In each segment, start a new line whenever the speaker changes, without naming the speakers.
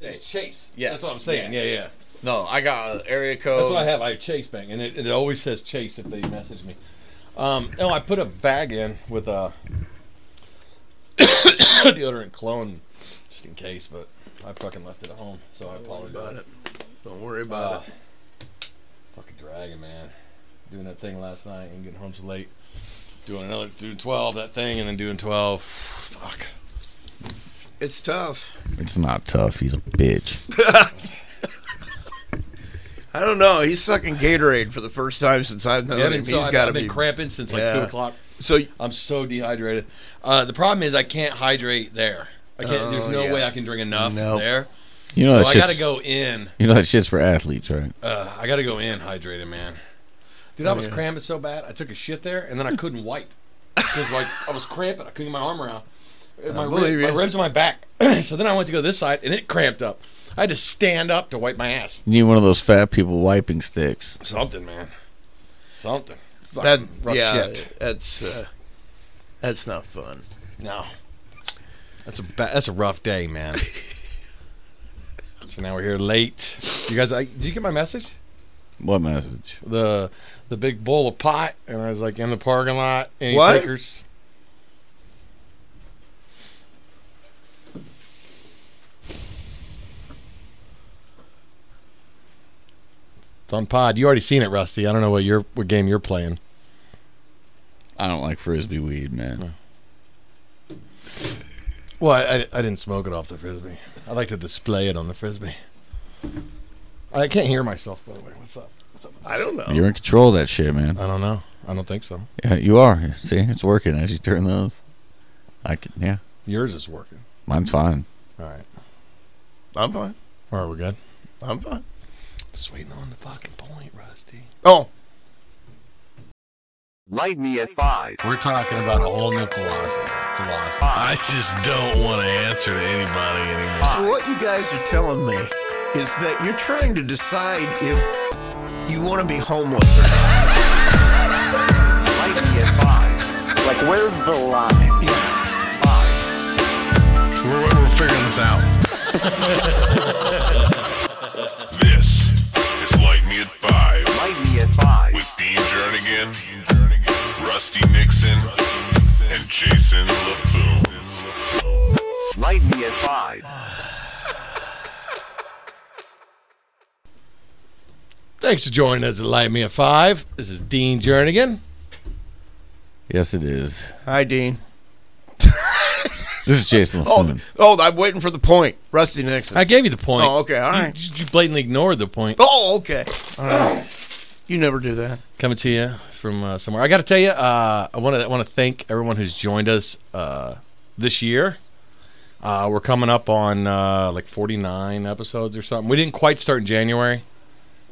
It's Chase.
Yeah.
That's what I'm saying. Yeah, yeah.
No, I got an area code.
That's what I have. I have Chase Bank, and it, it always says Chase if they message me. Um, oh, I put a bag in with a deodorant clone just in case, but I fucking left it at home, so I
Don't worry about
apologize.
it. Don't worry about
Uh,
it.
fucking dragon, man. Doing that thing last night and getting home so late. Doing another, doing 12, that thing, and then doing 12. Fuck.
It's tough.
It's not tough. He's a bitch.
I don't know. He's sucking Gatorade for the first time since I've known
Yeah, I've
him.
been, so
He's
I've-
got to
I've been
be.
cramping since like
Yeah.
two o'clock.
so
I'm so dehydrated. Uh, the problem is I can't hydrate there. I can't. there's
Oh,
no
yeah.
way I can drink enough
Nope. Oh,
there.
You know
So
that
I
shit's,
gotta go in.
You know that shit's for athletes, right?
Uh, I gotta go in hydrated, man. Dude,
Oh,
I was cramping so bad. I took a shit there, and then I couldn't wipe because like I was cramping. I couldn't get my arm around. And My,
believe you.
rib, my ribs and my back. so then I went to go this side, and it cramped up. I had to stand up to wipe my ass.
You need one of those fat people wiping sticks.
Something, man. Something.
that,
Fucking rough
yeah,
shit.
that's uh, that's not fun.
No. That's a ba- that's a rough day, man. so now we're here late. You guys, I, did you get my message?
What message?
The the big bowl of pot, and I was like in the parking lot. Any
What?
takers? It's on pod. You already seen it, Rusty. I don't know what your what game you're playing.
I don't like frisbee weed, man.
Well, I, I, I didn't smoke it off the frisbee. I like to display it on the frisbee. I can't hear myself, by the way. What's up?
I don't know.
You're in control of that shit, man.
I don't know. I don't think so.
Yeah, you are. See, it's working as you turn those. I can, yeah,
Yours is working.
mine's fine.
All right.
I'm fine.
All right, we're good.
I'm fine.
Just waiting on the fucking point, Rusty.
Oh,
Light me at five.
We're talking about a whole new philosophy. philosophy.
I just don't want to answer to anybody anymore.
so what you guys are telling me is that you're trying to decide if you want to be homeless or not.
Light me at five. Like, where's the line? Five.
We're, we're figuring this out.
This is Light Me at Five
Light me at five.
with Dean Jernigan, Rusty Nixon, and Jason LaFoon.
Light me at five.
Thanks for joining us at Light Me at Five. This is Dean Jernigan.
Yes, it is.
Hi, Dean.
This is Jason
Oh,
LaFoon.
oh, I'm waiting for the point. Rusty Nixon.
I gave you the point.
oh, okay. All
You-
right.
You, blatantly ignored the point.
Oh, okay. All right. You never do that.
coming to you from uh, somewhere. I got to tell you, uh, I want to want to thank everyone who's joined us uh, this year. Uh, we're coming up on uh, like 49 episodes or something. We didn't quite start in January.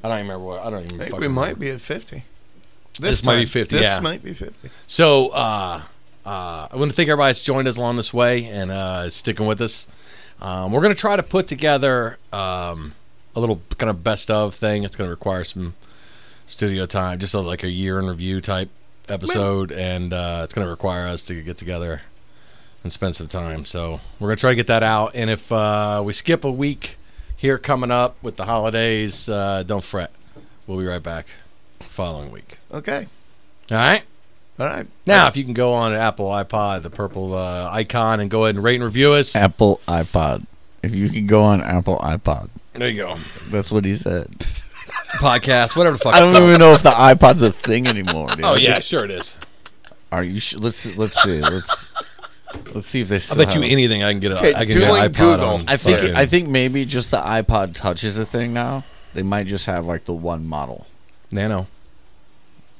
I don't even remember what. I don't even.
I think
fucking
we might
remember.
be at 50.
This might be
time.
50,
This
yeah.
might be 50.
So uh, uh, I want to thank everybody that's joined us along this way and uh, is sticking with us. Um, we're gonna try to put together um, a little kind of best of thing. It's gonna require some studio time, just a, like a year in review type episode, and uh, it's gonna require us to get together and spend some time. So we're gonna try to get that out. And if uh, we skip a week here coming up with the holidays, uh, don't fret. We'll be right back the following week.
Okay.
All right.
All right.
Now, if you can go on to Apple iPod, the purple uh, icon, and go ahead and rate and review us.
Apple iPod. If you can go on Apple iPod,
There you go.
that's what he said.
Podcast, whatever the fuck.
I don't
it's called.
even know if the iPod's a thing anymore. Dude.
Oh yeah, sure it is.
Are you? Sh- let's see- let's see. Let's let's see if they.
I
Still
bet you
have it.
anything I can get. A,
Okay,
I can get
doing
an iPod
Google.
on
I think
fucking-
I think maybe just the iPod Touch is a thing now. They might just have like the one model.
Nano.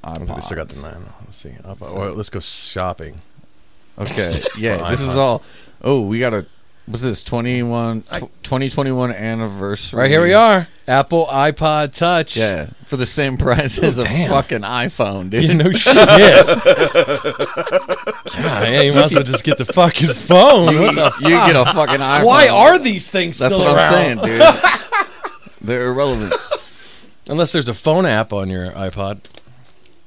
I
iPod.
think they still got the Nano. Let's see. iPod. Well, let's go shopping.
Okay. Yeah.
For
this
iPods.
is all. Oh, we got a. What's this? 21, tw- 2021 anniversary.
Right here we are. Apple iPod Touch.
Yeah, for the same price as a
Oh, damn.
fucking iPhone, dude.
Yeah, no shit. Yeah. God, yeah, you might as well just get the fucking phone. What the
you get a fucking iPhone.
Why are these things
That's
still
what
around?
I'm saying, dude. They're irrelevant.
Unless there's a phone app on your iPod.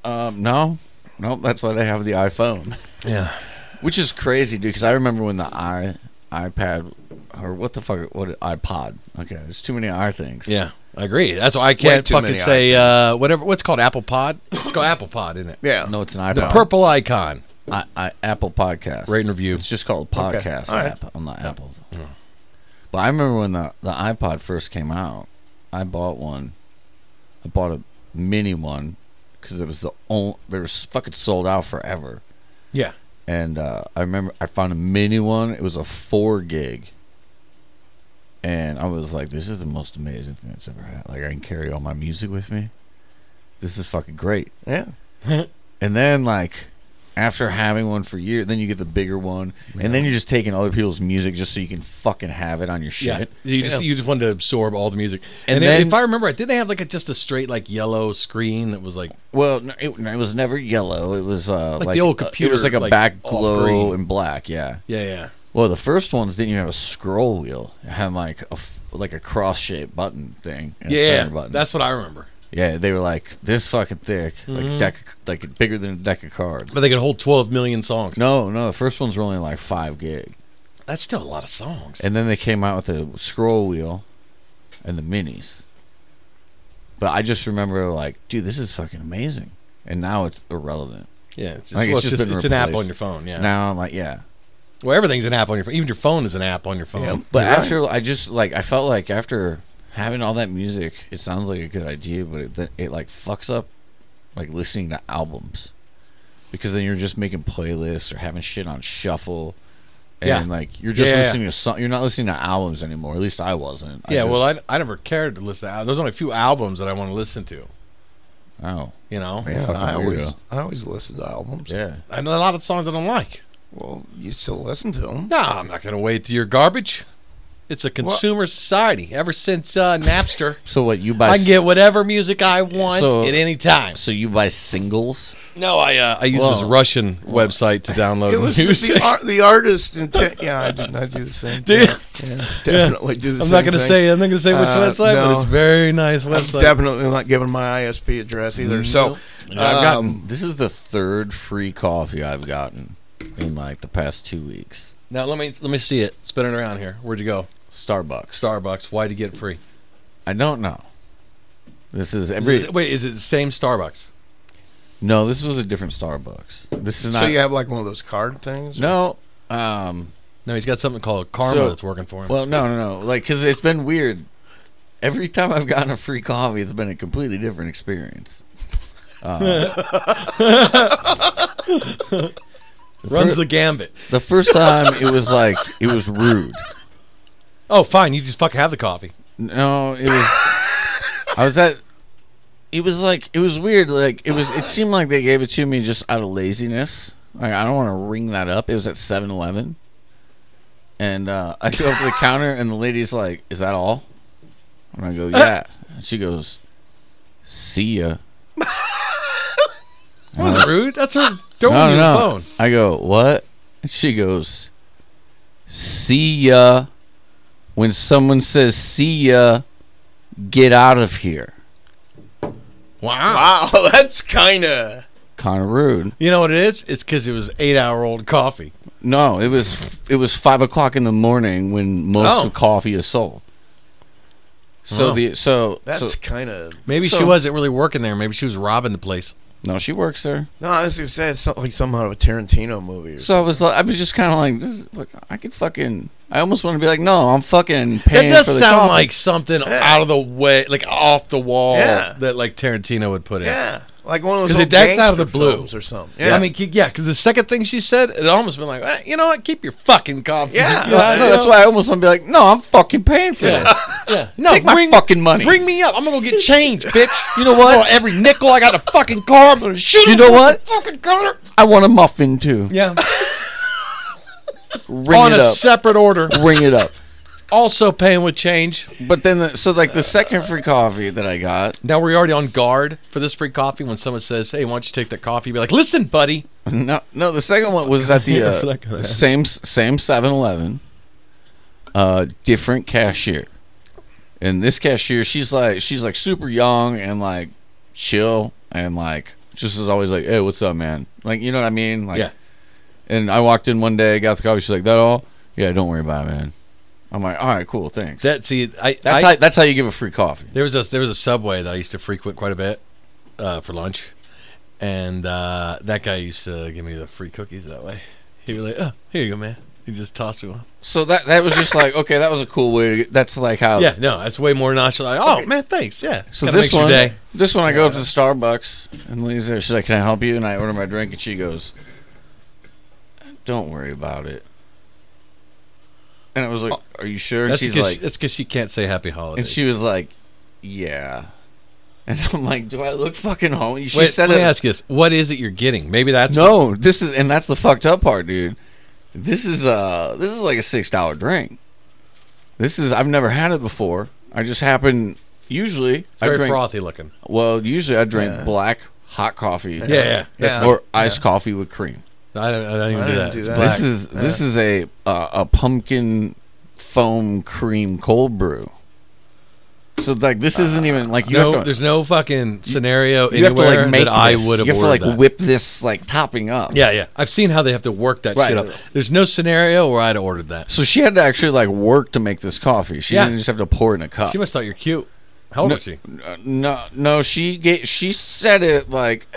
Um, no, no, that's why they have the iPhone.
Yeah.
Which is crazy, dude. Because I remember when the i iPad or what the fuck? What iPod? Okay, there's too many i things.
Yeah, I agree. That's why I can't
too
fucking
many
say uh, whatever. What's it called Apple Pod? It's called Apple Pod, isn't it?
Yeah.
no, it's an iPod.
The purple icon.
I, I, Apple Podcast.
Rate and review.
It's just called Podcast
All right.
app on the Apple. But I remember when the, the iPod first came out, I bought one. I bought a mini one because it was the only they were s- fucking sold out forever.
Yeah.
And uh, I remember I found a mini one. It was a four gig. And I was like, this is the most amazing thing that's ever happened. Like I can carry all my music with me. This is fucking great.
Yeah.
And then like after having one for years, then you get the bigger one, and then you're just taking other people's music just so you can fucking have it on your shit.
Yeah, you just you just wanted to absorb all the music. And,
And then-
if I remember right, did they have like a, just a straight like yellow screen that was like
Well, no, it, no, it was never yellow. It was uh, like,
the old
uh, It
computer,
was like a
like,
back
off
glow
green.
and black. Yeah.
yeah yeah
Well, the first ones didn't even have a scroll wheel. It had like a f- like a cross shaped button thing. and a
yeah,
center button.
that's what I remember.
yeah. They were like this fucking thick, like a deck, of- like bigger than a deck of cards.
Mm-hmm. But they could hold twelve million songs.
no, no, the first ones were only like five gig.
That's still a lot of songs.
And then they came out with the scroll wheel and the minis. But I just remember like, dude, this is fucking amazing. And now it's irrelevant.
yeah, it's, just,
I think
well,
it's
it's,
just
just,
been
it's an app
replaced.
on your phone. Yeah,
Now I'm like, yeah.
well, everything's an app on your phone. Even your phone is an app on your phone.
But after I just like I felt like after having all that music, it sounds like a good idea, but it then- it like fucks up like listening to albums. Because then you're just making playlists or having shit on shuffle. And
Yeah.
like you're just
Yeah, yeah, yeah.
listening to song you're not listening to albums anymore. At least I wasn't.
yeah,
just,
well, I, I never cared to listen. to al- There's only a few albums that I want to listen to.
oh.
You know,
Yeah,
Fucking
I always
weirdo.
I always listen to albums.
Yeah.
and a lot of songs I don't like.
Well, you still listen to them.
No, I'm not going to wait to your garbage. It's a consumer society. Ever since uh, Napster,
So what you buy?
I can get whatever music I want
So-
at any time.
so you buy singles?
No, I uh, I use this
Whoa.
Russian website to download
It was
Oh, music.
the, ar- the artist intent. Yeah, I did not do the same.
Do
thing.
you?
Yeah, definitely do the
I'm
same.
not going to
thing.
say I'm not going to say which
Uh,
website,
no.
but it's a very nice
I'm
website.
definitely not giving my ISP address either. So
I've gotten.
um,
this is the third free coffee I've gotten in like the past two weeks.
now let me let me see it. Spin it around here. Where'd you go?
Starbucks.
Starbucks. Why'd you get it free?
I don't know. This
Is
is every.
it- wait, is it the same Starbucks?
no, this was a different Starbucks. This is not.
so you have like one of those card things.
no. Um.
No, he's got something called Karma
So-
that's working for him.
Well, no, no, no. Like, cause it's been weird. Every time I've gotten a free coffee, it's been a completely different experience.
Runs
fir-
the gambit.
The first time, it was like it was rude.
Oh, fine. You just fucking have the coffee.
No, it was. I was at. It was like it was weird. Like it was. It seemed like they gave it to me just out of laziness. Like I don't want to ring that up. It was at 7-Eleven, and uh, I go up to the counter, and the lady's like, "Is that all?" And I go,
Uh.
"Yeah." And she goes, "See ya."
That was rude. That's her. Don't
No,
use
no,
the
no.
phone.
I go, "What?" And she goes, "See ya." When someone says "See ya," get out of here.
Wow.
Wow, that's kind of.
Kind of rude.
You know what it is? It's because it was eight hour old coffee.
No, it was it was five o'clock in the morning when most
Oh.
of coffee is sold. So
Wow.
the so
That's
so-
kind of.
Maybe she
So-
wasn't really working there. Maybe she was robbing the place.
no, she works there.
No, I was gonna say it's something like some out of a Tarantino movie. Or
So I was like, I was just kind of like, this, is- look, I could fucking, I almost want to be like, no, I'm fucking
That
paying.
does
for the
sound
coffee.
like something out of the way, like off the wall
Yeah.
that like Tarantino would put in.
yeah, like one of those.
'Cause it-
old
that's out of
gangster
the blue.
films or something.
I mean, ke- yeah, because the second thing she said, it almost been like, "Eh, you know what? Keep your fucking coffee.
Yeah.
You
No,
know,
no,
you
that's
know?
why I almost want to be like, no, I'm fucking paying for
Yeah.
this.
Yeah. No,
Take my
bring,
fucking money.
Bring me up. I'm gonna go get change, bitch. You know what? every nickel I got in a fucking car. I'm gonna shoot.
You
him
know
with
what?
the Fucking car.
I want a muffin too.
Yeah.
Ring
On
it
a
up.
separate order.
Ring it up.
Also paying with change.
But then, the, so like the second free coffee that I got,
Now we're already on guard for this free coffee. When someone says, "Hey, why don't you take that coffee?" Be like, "Listen, buddy."
No, no. The second one was at the
Yeah, for that
uh,
kinda
same same Seven Eleven, uh, different cashier, and this cashier, she's like she's like super young and like chill and like just is always like, hey, what's up, man? Like you know what I mean? Like,
Yeah.
And I walked in one day, got the coffee. She's like, that all? Yeah, don't worry about it, man. I'm like, all right, cool, thanks.
That see, I
that's
I,
how that's how you give a free coffee.
There was a there was a subway that I used to frequent quite a bit uh, for lunch, and uh, that guy used to give me the free cookies that way. He was like, "Oh, here you go, man." He just tossed me one.
So that that was just like, okay, that was a cool way. To, that's like how.
Yeah, no, that's way more nonchalant. Oh man, thanks. Yeah,
Oh. So
Kinda
this
makes your
one,
day.
this one, I go up to the Starbucks and Lee's there. She's like, "Can I help you?" And I order my drink, and she goes, "Don't worry about it." And I was like, "Are you sure?" And
That's
she's
because
like,
that's because she can't say happy holidays.
and she was like, "Yeah." And I'm like, "Do I look fucking home?" She
Wait,
said
let
it.
me ask you this: What is it you're getting? Maybe that's
no, this is and that's the fucked up part, dude. This is uh this is like a six dollar drink. This is I've never had it before. I just happen usually
It's
I
very
drink
frothy looking.
well usually I drink black hot coffee.
Yeah, yeah, that's
Yeah.
More,
or iced coffee with cream.
I don't, I don't even
I
do
don't
that.
do
It's
that.
black.
This is this is a uh, a pumpkin foam cream cold brew. So like this isn't even like you
no,
have to,
there's no fucking scenario
you have to
anywhere
like make
that I
this.
would have
you have to
ordered
like
that.
whip this like topping up.
Yeah, yeah. I've seen how they have to work that
Right.
shit up. There's no scenario where I'd have ordered that.
So she had to actually like work to make this coffee. She
Yeah.
didn't just have to pour it in a cup.
She must thought you're cute. How old
No.
Oh, was she?
Uh, no, no, she gave, she said it like,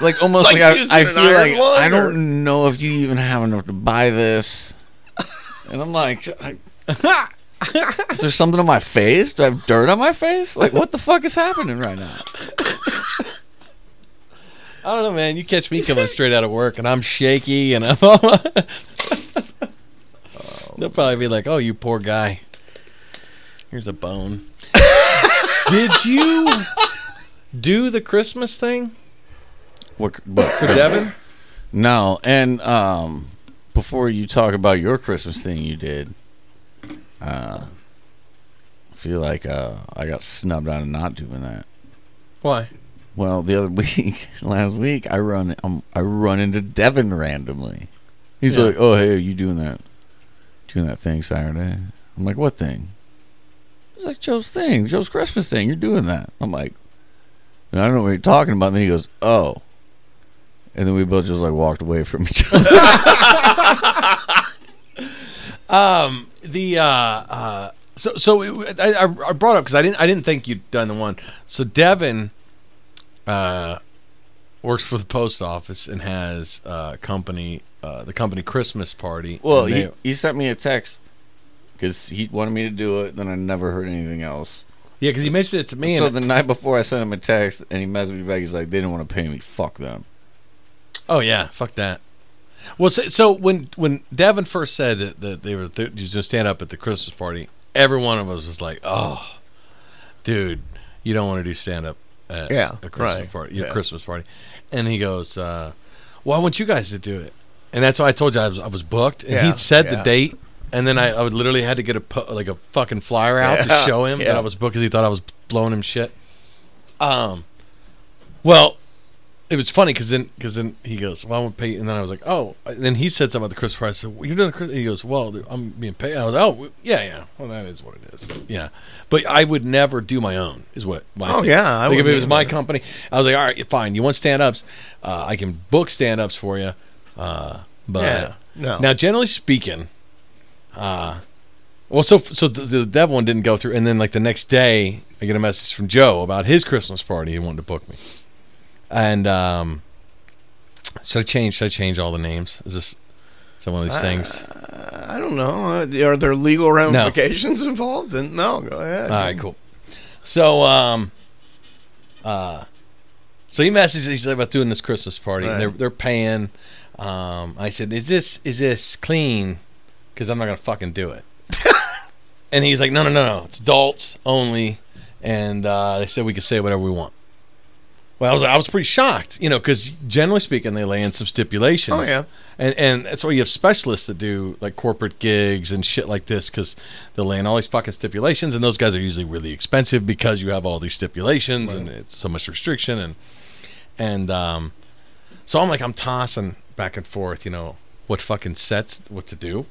like almost like,
Like using
I, I
an
feel
iron
like
lung
I
or-
don't know if you even have enough to buy this, and I'm like, I, is there something on my face? Do I have dirt on my face? Like, what the fuck is happening right now?
I don't know, man. You catch me coming straight out of work, and I'm shaky, and I'm. All... They'll probably be like, "Oh, you poor guy. Here's a bone." Did you do the Christmas thing
What, what
for Devin?
No, and um, before you talk about your Christmas thing you did, uh, I feel like uh, I got snubbed out of not doing that.
Why?
Well, the other week, last week, I run um, I run into Devin randomly. He's
Yeah.
like, "Oh, hey, are you doing that doing that thing Saturday?" I'm like, "What thing?" He's like, "Joe's thing, Joe's Christmas thing. You're doing that." I'm like, "I don't know what you're talking about." And then he goes, "Oh," and then we both just like walked away from each other.
Um, the uh, uh, so so it, I, I- I brought up because I didn't I didn't think you'd done the one. So Devin, uh, works for the post office and has uh company uh the company Christmas party.
Well,
And
he,
they-
he sent me a text because he wanted me to do it. Then I never heard anything else.
yeah, because he mentioned it to me.
so
and,
the night before, I sent him a text, and he messaged me back. He's like, "They didn't want to pay me. Fuck them."
oh yeah, fuck that. Well, so, so when when Devin first said that, that they were th- he was gonna stand up at the Christmas party, every one of us was like, oh, dude, you don't want to do stand up at
Yeah,
a Christmas
right,
party, your
yeah.
Christmas party, and he goes, uh, well, I want you guys to do it, and that's why I told you I was, I was booked, and
Yeah,
he'd said the
yeah.
date. And then I, I would literally had to get a pu- like a fucking flyer out to
Yeah,
show him that
yeah.
I was booked because he thought I was blowing him shit. Um, well, it was funny because then because then he goes, "Well, I'm gonna pay," and then I was like, "Oh." And then he said something about the Chris Price. I said, well, "You're doing the Chris?" He goes, "Well, dude, I'm being paid." I was, "Oh, w- yeah, yeah. Well, that is what it is. Yeah." But I would never do my own. Is what? My
Oh,
thing.
yeah, I
like if it
wouldn't
was
either.
my company, I was like, "All right, fine. You want stand ups? Uh, I can book stand ups for you." Uh, but
Yeah, no.
now, generally speaking, uh, well, so so the, the dev one didn't go through, and then like the next day, I get a message from Joe about his Christmas party. He wanted to book me, and um, should I change? Should I change all the names? Is this is that one of
Uh,
these things?
I don't know. Uh, Are there legal ramifications involved? Then no, go ahead.
All right, cool. So, um, uh, so he messaged. He said about doing this Christmas party. And
Right.
they're they're paying. Um, I said, "Is this is this clean? Because I'm not gonna fucking do it." and he's like, "No, no, no, no. It's adults only." And uh, they said we could say whatever we want. Well, I was I was pretty shocked, you know, because generally speaking, they lay in some stipulations.
Oh, yeah.
and and that's why you have specialists that do like corporate gigs and shit like this because they'll lay in all these fucking stipulations, and those guys are usually really expensive because you have all these stipulations and it's so much restriction and and um, so I'm like I'm tossing back and forth, you know, what fucking sets, what to do.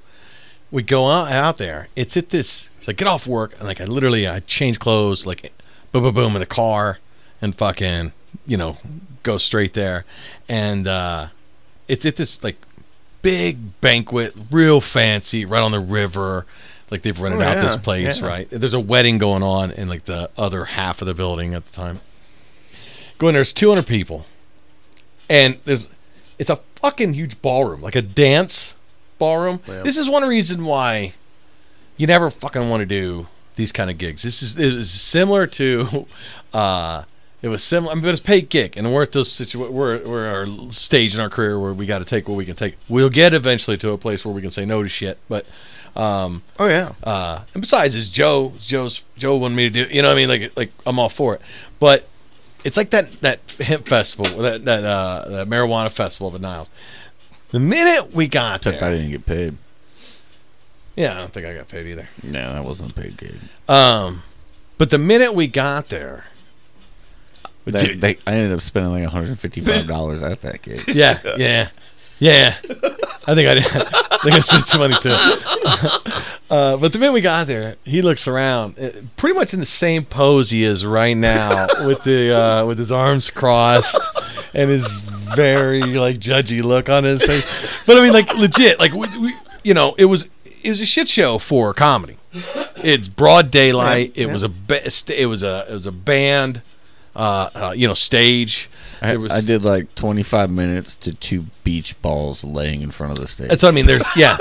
We go out, out there. It's at this. It's like get off work and like I literally I change clothes like boom boom boom in the car and fucking you know go straight there and uh, it's at this like big banquet, real fancy, right on the river. Like they've rented
Oh,
out this
yeah,
place,
yeah.
right? There's a wedding going on in like the other half of the building at the time. Go in there's 200 people, and there's it's a fucking huge ballroom, like a dance ballroom. This is one reason why you never fucking want to do these kind of gigs. This is it is similar to, uh, it was similar. I mean, but it's paid gig, and we're at this situa- we're we're at our stage in our career where we got to take what we can take. We'll get eventually to a place where we can say no to shit, but. Um,
Oh yeah.
uh, and besides, it's Joe. Joe's Joe wanted me to do. You know, what I mean, like, like I'm all for it. But it's like that that hemp festival, that that, uh, that marijuana festival up in Niles. The minute we got
Except I
there,
didn't get paid.
yeah, I don't think I got paid either.
No, that wasn't a paid gig.
Um, but the minute we got there,
They, they, I ended up spending like $155 at that gig.
yeah, yeah, yeah. I think I did. I think I spent some money too. Uh, but the minute we got there, he looks around, uh, pretty much in the same pose he is right now, with the uh, with his arms crossed and his very like judgy look on his face. But I mean, like legit, like we, we you know, it was it was a shit show for comedy. It's broad daylight. It was a ba- st- it was a it was a band, uh, uh, you know, stage.
I,
There was,
I did like 25 minutes to two beach balls laying in front of the stage.
That's what I mean. There's yeah.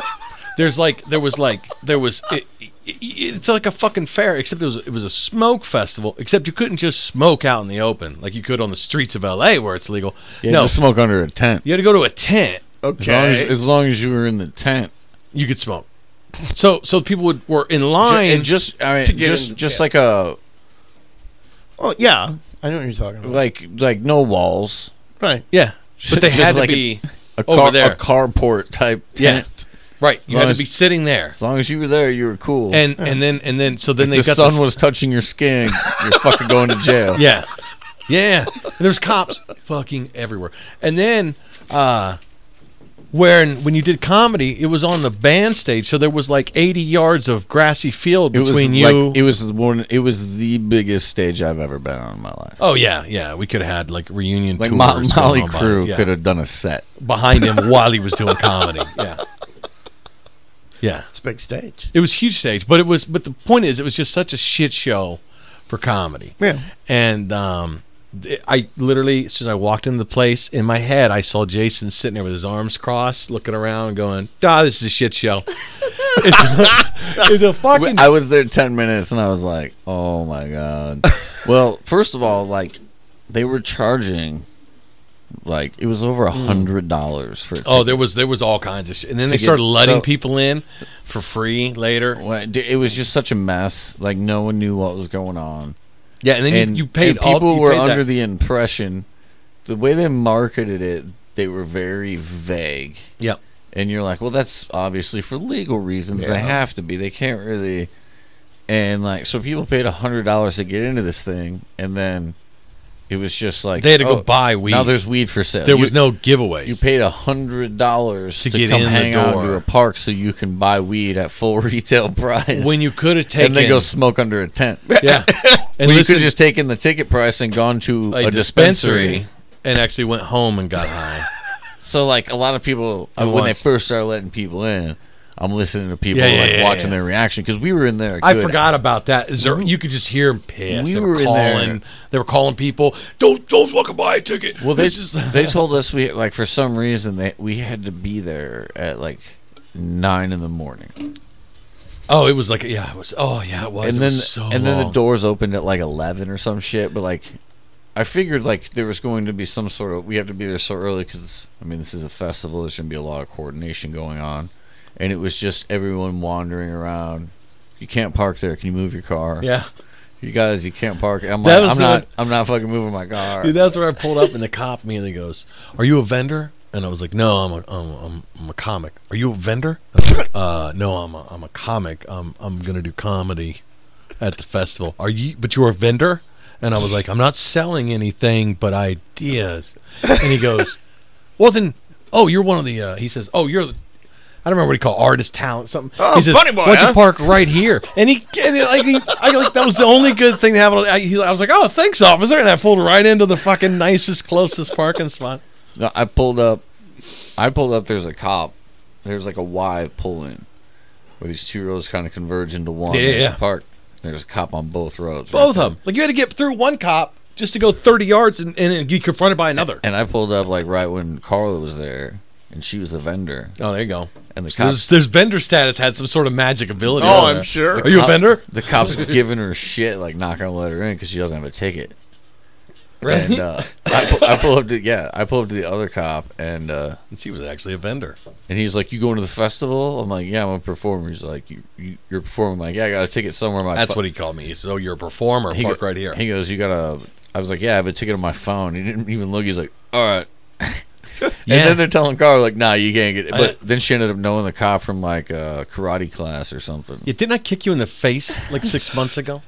There's like there was like there was it, it, it's like a fucking fair except it was it was a smoke festival except you couldn't just smoke out in the open like you could on the streets of L.A. where it's legal.
yeah,
no,
just smoke under a tent.
you had to go to a tent.
As, long as,
Okay.
as long as you were in the tent.
You could smoke. So so people would were in
Ju-
line.
and just I mean,
to get
just
in-
just
yeah.
like a
oh yeah. I know what you're talking about.
like like no walls,
right.
yeah, but they
just
had to
like
be
a
Over
car
there.
a carport type
Yeah.
tent.
right. You
long
had to
as-
be sitting there.
As long as you were there, you were cool.
And and then and then so then
if
they
the
got
sun
this-
was touching your skin, you're fucking going to jail.
Yeah. Yeah. And there's cops fucking everywhere. And then uh when when you did comedy, it was on the band stage, so there was like 80 yards of grassy field
It was
between
like-
you.
it was the one. It was the biggest stage I've ever been on in my life.
oh yeah, yeah. We could have had like reunion
Like
tours.
Mo-
going
Molly
on by
Crew
us, yeah.
could have done a set.
behind him while he was doing comedy. Yeah. Yeah.
It's a big stage.
It was huge stage, but it was. But the point is, it was just such a shit show for comedy.
Yeah.
And um, th- I literally, as soon as I walked into the place, in my head, I saw Jason sitting there with his arms crossed, looking around, going, "Ah, this is a shit show." it's, a, it's a fucking.
I was there ten minutes, and I was like, "Oh my god!" well, first of all, like they were charging, like it was over a hundred dollars for. a
Hmm. Oh, there was there was all kinds of shit, and then they
Ticket.
started letting
So-
people in for free later.
Well, d- It was just such a mess. Like no one knew what was going on,
Yeah, and then
and
you, you paid
and people
all. you
were
paid that-
under the impression, the way they marketed it, they were very vague.
yeah.
And you're like, well, that's obviously for legal reasons. They have to be. They can't really. And like, so people paid hundred dollars to get into this thing, and then it was just like
They had to go
oh,
buy weed.
Now there's weed for sale.
There
You-
was no giveaways.
You paid hundred dollars
To
to,
get
come
in the
hang out
door.
to a park so you can buy weed at full retail price.
when you could have taken.
and then go smoke under a tent.
yeah. And
Well, you
listen-
could have just taken the ticket price and gone to
a,
a,
dispensary,
dispensary.
and actually went home and got high.
So like a lot of people uh, when they
watched.
first started letting people in, I'm listening to people
Yeah, yeah,
like
yeah,
watching
yeah.
their reaction because we were in there. a
I
good-
forgot about that. Is there, you could just hear them pissed.
We
they were,
were in
calling.
there.
They were calling people. Don't don't fucking buy a ticket.
Well, they
This is-
they told us we like for some reason they we had to be there at like nine in the morning,
oh, it was like yeah, it was oh yeah, it was.
and
It
then
was so
and then the
long.
doors opened at like eleven or some shit. But like, I figured like there was going to be some sort of we have to be there so early because I mean this is a festival. There's going to be a lot of coordination going on, and it was just everyone wandering around. You can't park there. Can you move your car?
Yeah,
You guys, you can't park. I'm
That
like,
was
I'm
the
not.
one-
I'm not fucking moving my car.
Dude, that's where I pulled up, and the cop immediately goes, "Are you a vendor?" And I was like, "No, I'm a, I'm, I'm, I'm a comic. Are you a vendor?" I was like, uh, "No, I'm a, I'm a comic. I'm I'm gonna do comedy at the festival. Are you? But you're a vendor?" And I was like, "I'm not selling anything, but ideas." And he goes, "Well then, oh, you're one of the." Uh, he says, "Oh, you're." the I don't remember what he called artist talent something.
Oh,
he says,
Bunny Boy,
Why don't
huh?"
you park right here? And he, and it, like, he, I, like that was the only good thing that happened. I, he, I was like, oh, thanks, officer, and I pulled right into the fucking nicest, closest parking spot.
No, I pulled up. I pulled up. There's a cop there's like a Y pull in where these two roads kind of converge into one.
Yeah, yeah,
in
yeah.
The park. There's a cop on both roads. right
Both
there.
of them. Like you had to get through one cop just to go 30 yards and, and, and get confronted by another.
And I pulled up like right when Carla was there, and she was a vendor.
Oh, there you go.
And the
So there's,
cops-
there's vendor status had some sort of magic ability.
Oh,
on
I'm
there.
sure.
Are you a
Cop-
vendor?
The cops were giving her shit, like not gonna let her in because she doesn't have a ticket.
Right.
And uh, I, pu- I pull up to yeah, I pull up to the other cop, and uh,
She was actually a vendor.
and he's like, "You going to the festival?" I'm like, "Yeah, I'm a performer." He's like, "You, you you're performing?" I'm like, "Yeah, I got a ticket somewhere." in My
That's
fu-"
what he called me. He said, "Oh, you're a performer.
He
Park
go-
right here."
He goes, "You got a?" I was like, "Yeah, I have a ticket on my phone." He didn't even look. He's like, "All right." And then they're telling Carl like, "Nah, you can't get." It. But then she ended up knowing the cop from like uh, karate class or something.
Yeah, didn't I kick you in the face like six months ago?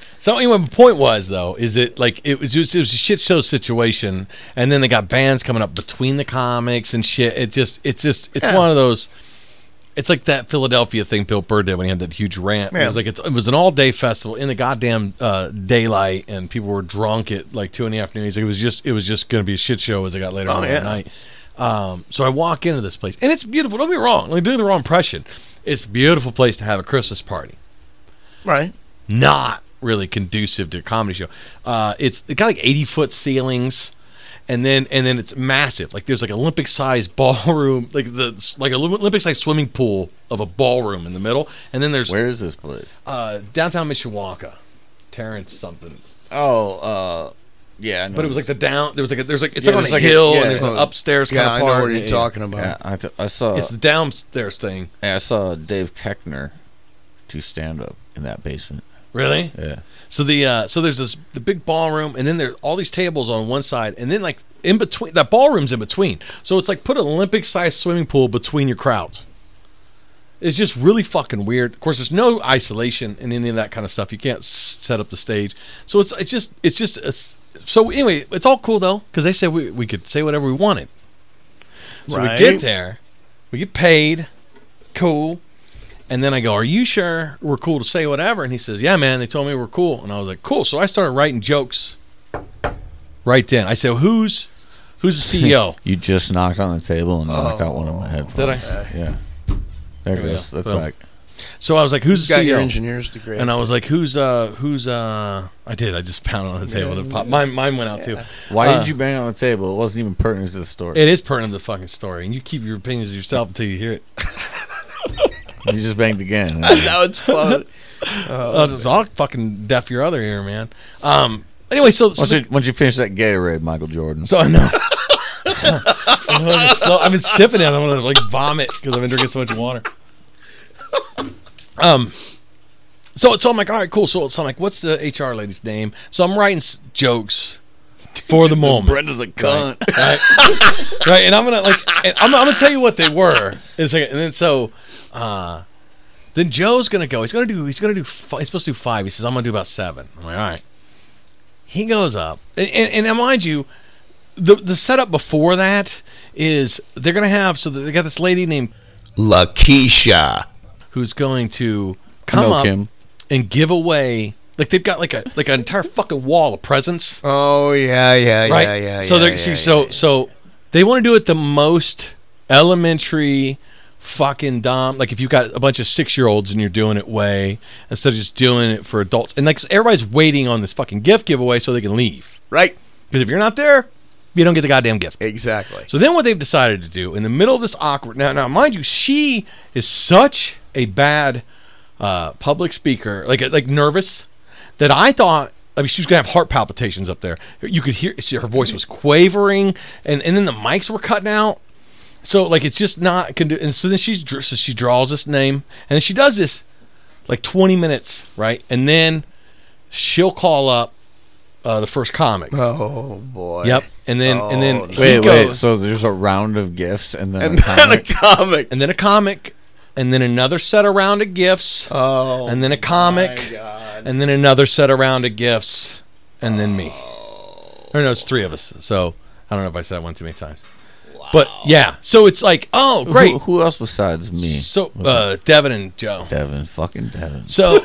So anyway, my point was though, is it like it was just, it was a shit show situation, and then they got bands coming up between the comics and shit. It just it's just it's one of those. It's like that Philadelphia thing Bill Burr did when he had that huge rant. It was like it's, it was an all day festival in the goddamn uh, daylight, and people were drunk at like two in the afternoon. He's like, it was just it was just going to be a shit show as I got
Oh,
later on that night. Um, so I walk into this place, and it's beautiful. Don't be wrong. Like, do the wrong impression. It's a beautiful place to have a Christmas party
Right.
not really conducive to a comedy show. Uh, it's it got like eighty foot ceilings, and then and then it's massive. Like there's like Olympic sized ballroom, like the like Olympic sized swimming pool of a ballroom in the middle, and then there's
Where is this place?
uh, downtown Mishawaka, Terrence something.
Oh, uh, yeah. I know
But it was like the down. There was like a, there's like it's
Yeah,
like on a
there's like a-
hill
yeah.
and there's an upstairs
Yeah, I
kind
know
of part.
what you're
Yeah,
talking about.
Yeah, I, t- I saw.
It's the downstairs thing.
yeah, I saw Dave Keckner do stand up in that basement.
Really?
Yeah.
So the uh, so there's this the big ballroom, and then there's all these tables on one side, and then like in between that ballroom's in between. So it's like put an Olympic sized swimming pool between your crowds. It's just really fucking weird. Of course, there's no isolation and any of that kind of stuff. You can't s- set up the stage, so it's it's just it's just it's, so anyway. It's all cool though because they said we we could say whatever we wanted. So we get there, we get paid, cool. And then I go, Are you sure we're cool to say whatever? And he says, Yeah, man, they told me we're cool. And I was like, Cool. So I started writing jokes right then. I said, Who's who's the CEO?
You just knocked on the table and knocked out one of my headphones.
Did Oh, I?
Uh,
Yeah. There it
we
goes.
go.
That's
Boom.
back.
So I was like, Who's the
Got
CEO?
your engineer's degree.
and I was like, Who's uh who's uh I did, I just pounded on the table and it popped. Mine mine went out too.
Why
Uh,
did you bang on the table? It wasn't even pertinent to the story.
It is pertinent to the fucking story, and you keep your opinions to yourself until you hear it.
you just banged again.
now it's closed. Oh,
Uh, so I'll fucking deaf your other ear, man. Um. Anyway, so, so
once,
the-
you, once you finish that Gatorade, Michael Jordan.
So I know. I'm so, I've been sipping it. I'm gonna like vomit because I've been drinking so much water. Um. So, so I'm like, all right, cool. So, so I'm like, what's the HR lady's name? So I'm writing s- jokes for the moment,
Brenda's a cunt.
right? right? And I'm gonna like, and I'm, I'm gonna tell you what they were. In a second. And then so, uh, then Joe's gonna go. He's gonna do. He's gonna do. Five, he's supposed to do five. He says, I'm gonna do about seven. I'm like, all right. He goes up, and and, and now mind you, the the setup before that is they're gonna have. So they got this lady named
Lakeisha.
who's going to come
know
up
Kim.
and give away. Like they've got like a like an entire fucking wall of presents.
Oh yeah, yeah, yeah,
right?
yeah.
So
yeah,
they're
yeah,
see, so so they want to do it the most elementary fucking dumb. Like if you've got a bunch of six year olds and you're doing it way instead of just doing it for adults, and like so everybody's waiting on this fucking gift giveaway so they can leave.
right,
Because if you're not there, you don't get the goddamn gift.
exactly.
So then what they've decided to do in the middle of this awkward now now mind you she is such a bad uh, public speaker like uh, like nervous that I thought I mean she was gonna have heart palpitations up there you could hear see, her voice was quavering and and then the mics were cutting out so like it's just not can do and so then she's dr- so she draws this name and then she does this like 20 minutes right and then she'll call up uh, the first comic
oh boy.
yep and then and then he
Wait, wait.
goes-
So there's a round of gifts and then
And
a
then a
comic?
comic.
and then a comic, and then another set around of gifts,
Oh.
and then a comic, and then another set around of gifts, and then me.
Oh.
Or no, it's three of us. So I don't know if I said one too many times. But yeah, so it's like, oh, great.
Who, who else besides me?
So uh, Devin and Joe.
Devin, fucking Devin.
So,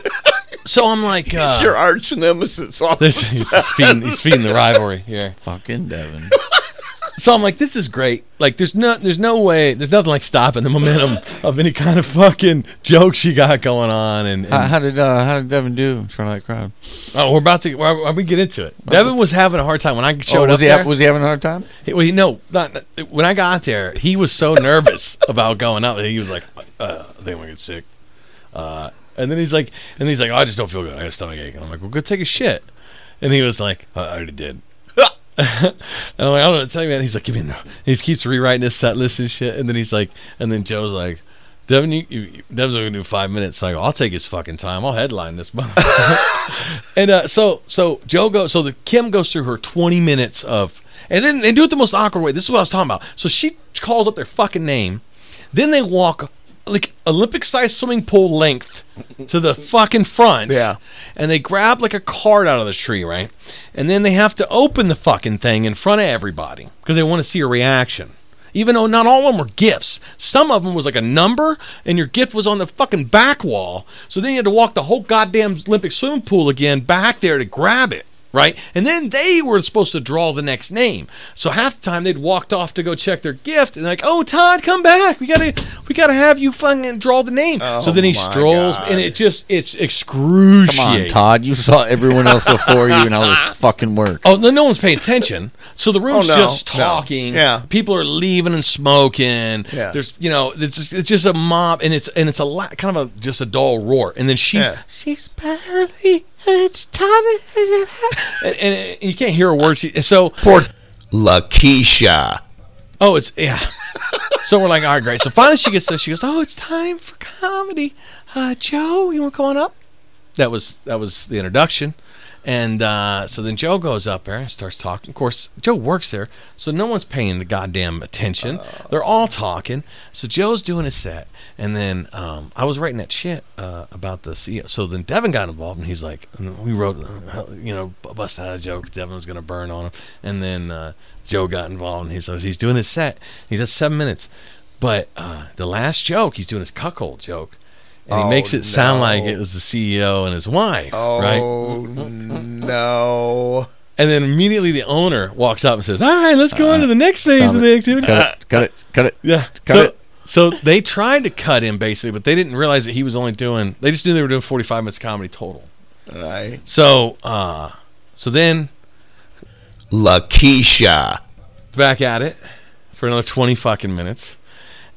so I'm like, uh,
He's your arch nemesis.
this, he's, feeding, he's feeding the rivalry here.
Fucking Devin.
so I'm like, this is great. Like, there's no, there's no way, there's nothing like stopping the momentum of any kind of fucking joke she got going on. And, and-
How, how did uh, how did Devin do in front of that crowd?
oh, we're about to, we're, we're- we get into it. Devin was having a hard time when I
Oh,
showed
was
up
he
there.
ha- was he having a hard time?
He- Well, you know, not, not- when I got there, he was so nervous about going up. He was like, uh, "I think I'm gonna get sick," uh, and then he's like, and he's like, "Oh, "I just don't feel good. I got a stomach ache." And I'm like, "Well, go take a shit," and he was like, "I already did." and I'm like, "I don't know what to tell you, man." He's like, "Give me no." He just keeps rewriting his set list and shit, and then he's like, and then Joe's like. Devin, you, you, Devin's only gonna do five minutes. So I go, I'll take his fucking time. I'll headline this month. And uh, so so Joe goes so the Kim goes through her 20 minutes of and then they do it the most awkward way. This is what I was talking about. So she calls up their fucking name. Then they walk like Olympic sized swimming pool length to the fucking front.
Yeah.
And they grab like a card out of the tree, right? And then they have to open the fucking thing in front of everybody because they want to see a reaction. Even though not all of them were gifts, some of them was like a number, and your gift was on the fucking back wall. So then you had to walk the whole goddamn Olympic swimming pool again back there to grab it, right? And then they were supposed to draw the next name. So half the time they'd walked off to go check their gift, and like, oh Todd, come back, we gotta, we gotta have you fucking draw the name. so then he
my
strolls,
God.
and it just, it's excruciating.
Come on, Todd. You saw everyone else before you and all this fucking work.
Oh, no, no one's paying attention. So the room's
Oh, no,
just
no.
talking.
Yeah.
People are leaving and smoking.
Yeah.
There's, you know, it's just, it's just a mob and it's and it's a lot, kind of a just a dull roar. And then she's
Yeah.
she's barely it's time and, and, and you can't hear a word. She, so
Poor Lakeisha.
Oh, it's yeah. so we're like, all right, great. So finally, she gets this. She goes, "Oh, it's time for comedy." Uh, Joe, you want to come on up? That was that was the introduction, and uh, so then Joe goes up there and starts talking. Of course, Joe works there, so no one's paying the goddamn attention. They're all talking. So Joe's doing his set, and then um, I was writing that shit uh, about the CEO. So then Devin got involved, and he's like, we wrote, uh, you know, b- busted out a joke. Devin was gonna burn on him, and then uh, Joe got involved, and he's so he's doing his set. He does seven minutes, but uh, the last joke he's doing his cuckold joke, and he
Oh,
makes it sound like
no.
it was the CEO and his wife, right?
Oh no.
And then immediately the owner walks up and says, "All right, let's go on to the next phase of the activity."
Cut it. Cut it. Cut it.
Yeah.
Cut
so,
it.
so they tried to cut him basically, but they didn't realize that he was only doing. They just knew they were doing forty-five minutes of comedy total.
Right.
So, uh, so then
Lakeisha.
back at it for another 20 fucking minutes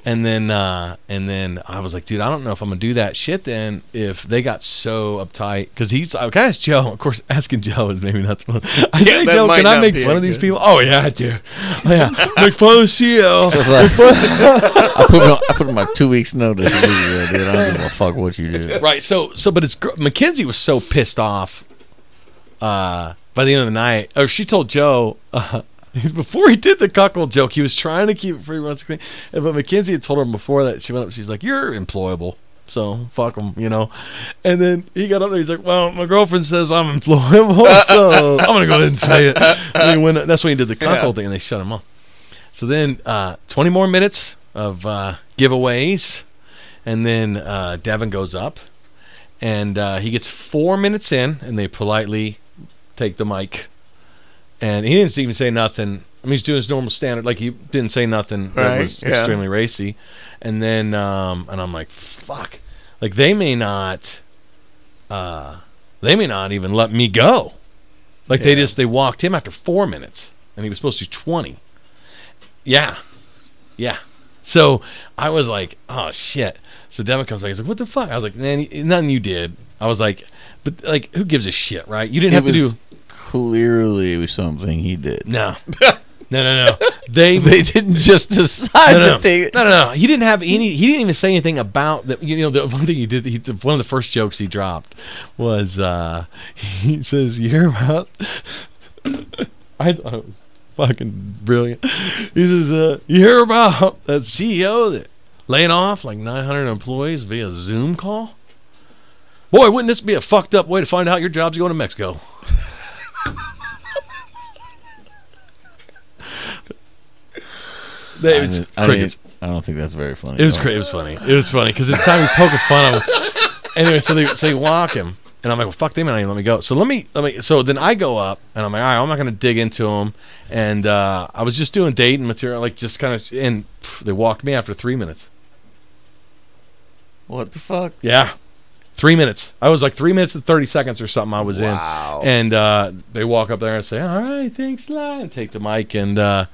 and then uh and then i was like dude i don't know if i'm gonna do that shit then if they got so uptight because he's okay ask joe of course asking joe is maybe not the most i say
that
joe
might
can i
not
make
be
fun
a
of these
good-
people oh yeah i do oh, yeah make fun of the E ceo
It's like- I put my, I put my two weeks notice. in there, dude. I don't give a fuck what you do.
right so so but it's gr- mckenzie was so pissed off uh by the end of the night or she told joe uh, before he did the cuckold joke he was trying to keep it free once again but mckenzie had told him before that she went up she's like you're employable so fuck him, you know. And then he got up there. He's like, "Well, my girlfriend says I'm employable, so I'm gonna go ahead and say it." And he went, that's when he did the cuckold thing, and they shut him up. So then, uh, 20 more minutes of uh, giveaways, and then uh, Devin goes up, and uh, he gets four minutes in, and they politely take the mic, and he didn't even say nothing. I mean, he's doing his normal standard, like he didn't say nothing that
Right,
was
yeah.
extremely racy, and then um, and I'm like, fuck, like they may not, uh, they may not even let me go, like they
Yeah.
just they walked him after four minutes, and he was supposed to do 20. Yeah. Yeah. So I was like, oh shit. So Devin comes back. He's like, what the fuck? I was like, man, nothing you did. I was like, but like, who gives a shit, right? You didn't have
it
to
was
do.
clearly something he did.
No. no, no, no. They.
They didn't just decide
no, no.
to take
no, no, no. He didn't have any. He didn't even say anything about that. You know, the one thing he did. He, the, one of the first jokes he dropped was uh, he says, "You hear about?" I thought it was fucking brilliant. He says, uh, "You hear about that CEO that laying off like 900 employees via Zoom call?" Boy, wouldn't this be a fucked up way to find out your job's going to Mexico? They-
I
it's
didn't- I,
crickets.
didn't- I don't think that's very funny.
It was
though.
cra- it was funny. It was funny because at the time we poking fun of him. Anyway, so they so they walk him, And I'm like, well, fuck, they might not even let me go. So let me, let me. So then I go up, and I'm like, all right, I'm not gonna dig into them. And uh, I was just doing dating material, like just kind of, and pff, they walked me after three minutes.
What the fuck?
Yeah. Three minutes. I was like three minutes and thirty seconds or something. I was
Wow.
in, and uh, they walk up there and say, "All right, thanks, a lot," and take the mic. And uh,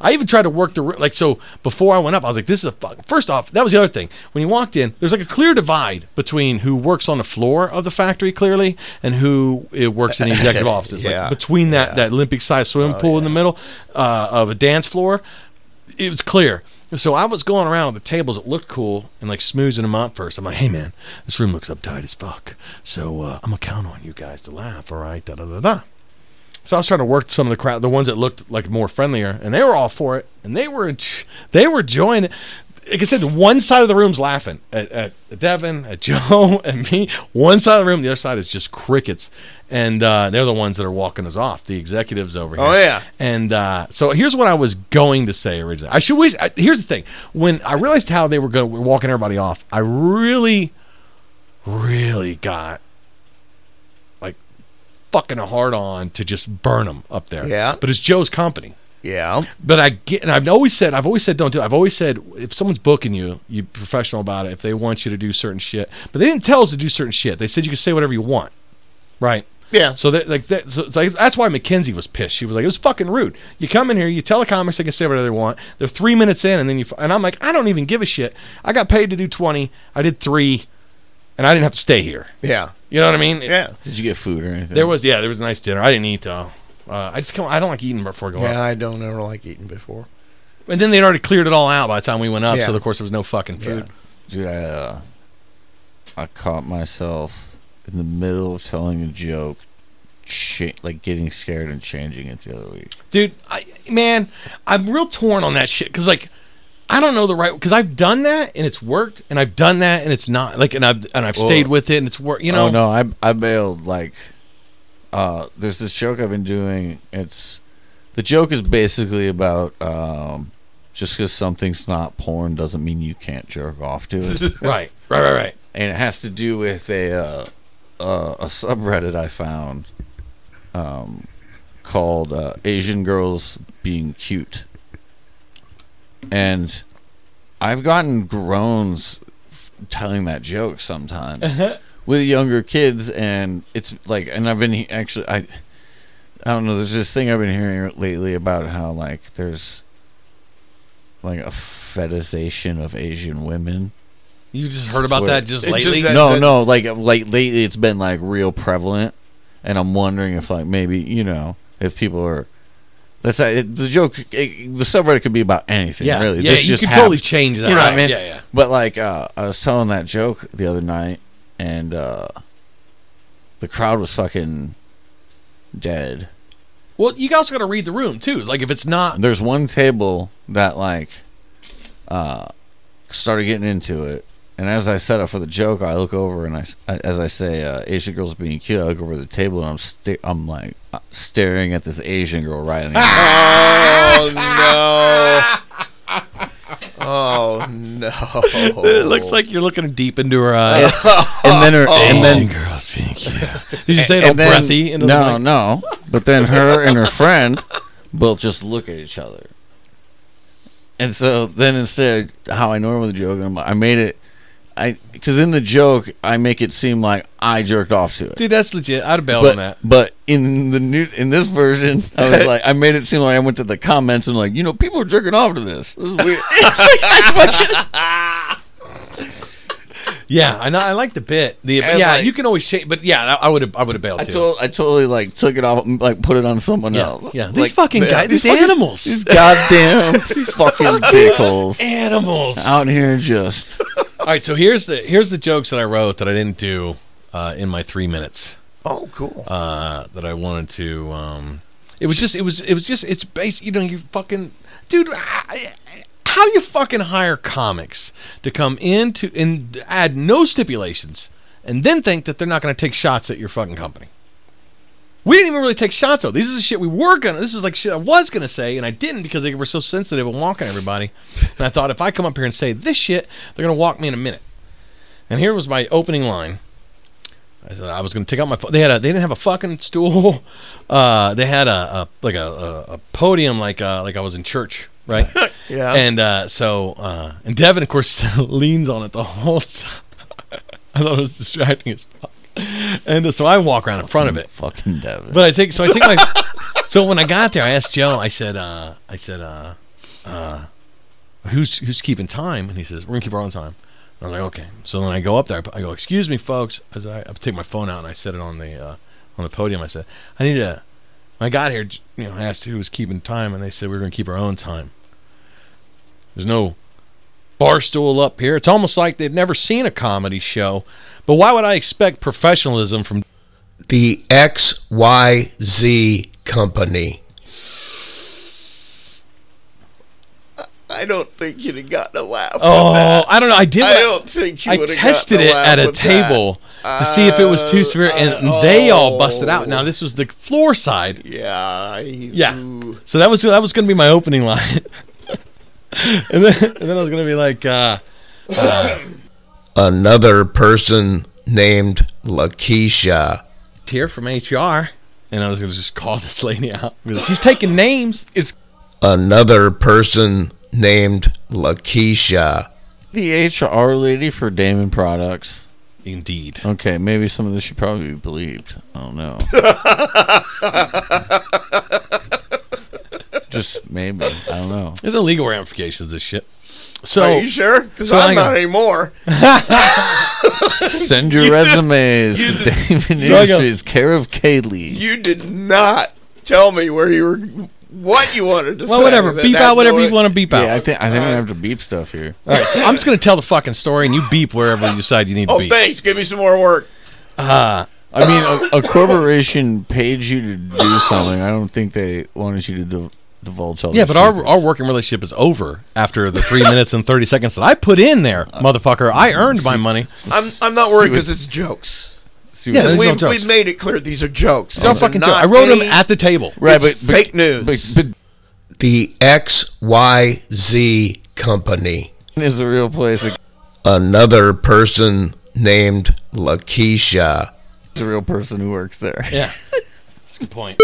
I even tried to work the ri- like. So before I went up, I was like, "This is a fuck." First off, that was the other thing. When you walked in, there's like a clear divide between who works on the floor of the factory clearly and who it works in the executive offices.
Yeah. Oh,
Like between that that Olympic sized swimming pool in the middle uh, of a dance floor, it was clear. So I was going around on the tables that looked cool and like smoozing them up first. I'm like, hey man, this room looks uptight as fuck. So uh, I'm gonna count on you guys to laugh, all right? Da da da da. So I was trying to work some of the crowd, the ones that looked like more friendlier, and they were all for it, and they were they were joining. Like I said, one side of the room's laughing at, at, at Devin, at Joe, and me. One side of the room, the other side is just crickets, and uh, they're the ones that are walking us off. The executives over here.
Oh, yeah.
And uh, so here's what I was going to say originally. I should wish. I, here's the thing: when I realized how they were going, walking everybody off, I really, really got like fucking hard on to just burn them up there.
Yeah.
But it's Joe's company.
Yeah.
But I get, and I've always said, I've always said, don't do. it. I've always said, if someone's booking you, you be professional about it. If they want you to do certain shit, but they didn't tell us to do certain shit. They said you can say whatever you want, right?
Yeah.
So that like that, so, it's like, that's why Mackenzie was pissed. She was like, it was fucking rude. You come in here, you tell the comics they can say whatever they want. They're three minutes in, and then you f- and I'm like, I don't even give a shit. I got paid to do twenty. I did three, and I didn't have to stay here.
Yeah.
You know what I mean?
Yeah.
Did you get food or anything?
There was yeah, there was a nice dinner. I didn't eat though. Uh, I just come. I don't like eating before going.
Yeah,
up.
I don't ever like eating before.
And then they'd already cleared it all out by the time we went up.
Yeah.
So of course there was no fucking food.
Dude, I, uh, I caught myself in the middle of telling a joke, cha- like getting scared and changing it the other week.
Dude, I, man, I'm real torn on that shit because like. I don't know the right because I've done that and it's worked, and I've done that and it's not like, and I've and I've stayed with it and it's worked. You know,
oh no, I I bailed. Like, uh, there's this joke I've been doing. It's the joke is basically about um, just because something's not porn doesn't mean you can't jerk off to it.
right, right, right, right.
and it has to do with a uh, uh, a subreddit I found um, called uh, Asian girls being cute, and I've gotten groans f- telling that joke sometimes with younger kids, and it's like, and I've been he- actually I. I don't know. There's this thing I've been hearing lately about how like there's like a fetishization of Asian women,
You just heard about
Swear.
that just
It
lately.
just- that-
no, no, like like lately it's been like real prevalent, and I'm wondering if like maybe you know if people are. That's it, the joke. It, the subreddit could be about anything,
yeah,
really.
yeah,
This
you
just
could totally
happened.
change that.
You know what
Right,
I mean?
Yeah, yeah.
But like, uh, I was telling that joke the other night, and uh, the crowd was fucking dead.
Well, you also got to read the room too. Like if it's not,
There's one table that like uh started getting into it. And as I set up for the joke, I look over and I, s- as I say, uh, Asian girls being cute, I look over the table and I'm, sta- I'm like uh, staring at this Asian girl right in the
Ah!
eye.
Oh no. Oh no.
it looks like you're looking deep into her uh, eye.
And then her, and then,
girls being cute. Did you say it all
and then
breathy? into the
no,
mic?
no. But then her and her friend both just look at each other. And so then instead, how I normally joke, I'm, I made it, I because in the joke I make it seem like I jerked off to it.
dude, that's legit. I'd have bailed
but,
on that.
But in the new in this version, I was like, I made it seem like I went to the comments and like, you know, people are jerking off to this. This is weird.
Yeah, I know. I like the bit. The
And,
yeah,
like-
you can always change, but yeah, I would have. I would have bailed
I
too.
told, I totally like took it off, and, like put it on someone
yeah,
else.
yeah.
Like,
These fucking
man,
guys, these,
fucking-
animals,
these goddamn, these fucking dickholes
animals.
out here just.
All right, so here's the here's the jokes that I wrote that I didn't do uh, in my three minutes.
Oh cool.
uh, that I wanted to. Um, it was just, it was, it was just, it's based. You know, you fucking dude. I, I- how do you fucking hire comics to come in to and add no stipulations and then think that they're not going to take shots at your fucking company? We didn't even really take shots though. This is the shit we were gonna. This is like shit I was gonna say, and I didn't because they were so sensitive and walking everybody. And I thought if I come up here and say this shit, they're gonna walk me in a minute. And here was my opening line. I said I was gonna take out my. Fo- they had a. They didn't have a fucking stool. Uh, they had a, a like a, a, a podium, like uh, like I was in church, right?
Yeah.
And uh, so uh, and Devin, of course, leans on it the whole time. I thought it was distracting as fuck. And uh, so I walk around in front of it.
Fucking Devin.
But I take so I take my so when I got there, I asked Joe. I said, uh, I said, uh, uh, who's who's keeping time? And he says, we're gonna keep our own time. And I was like, okay. So then I go up there. I go, excuse me, folks. I said, I, I take my phone out and I set it on the uh, on the podium. I said, I need to. When I got here, j- you know, I asked who was keeping time, and they said we were gonna keep our own time. There's no bar stool up here. It's almost like they've never seen a comedy show. But why would I expect professionalism from
the XYZ company.
I don't think you'd have gotten a laugh.
Oh, I don't know. I did.
I
what-
don't think you
I
would've
tested
gotten
it
a laugh
at a
with that. Uh,
table to see if it was too severe, and they all busted out. Now
oh.
this was the floor side.
Yeah.
Yeah.
you-
So that was that was going to be my opening line, and then and then I was going to be like, uh,
Another person named Lakeisha.
"Here from HR," and I was going to just call this lady out. Be like, She's taking names. It's
Another person named Lakeisha.
the HR lady for Damon Products.
indeed.
Okay, maybe some of this should probably be believed. I don't know. Just maybe. I don't know.
There's a legal ramifications of this shit. So
Are you sure? Because
Oh, so
I'm
hang
not
on.
anymore.
Send your resumes to Damon
So I go-
Industries, care of Kaylee.
You did not tell me where you were, what you wanted to say.
well, whatever.
Then
Beep
that
out whatever you
would-
want to beep out.
Yeah, I think I think I have to beep stuff here.
All right. So I'm just going to tell the fucking story, and you beep wherever you decide you need
Oh,
to beep.
thanks. Give me some more work.
I mean, a, a corporation pays you to do something. I don't think they wanted you to div- divulge all.
Yeah,
their
but our,
secrets.
our working relationship is over after the three minutes and 30 seconds that I put in there, motherfucker. I earned my money.
I'm I'm not worried
what-
because it's jokes.
See what-
Yeah, there's
We
no
have
jokes.
we made it clear these are jokes.
It's all
These are
fucking joke.
not
I wrote them
any-
at the table.
right, but,
it's
but
fake news.
But, but
The XYZ company.
is a real place. Like,
Another person named Lakeisha.
it's a real person who works there.
Yeah. That's a good point.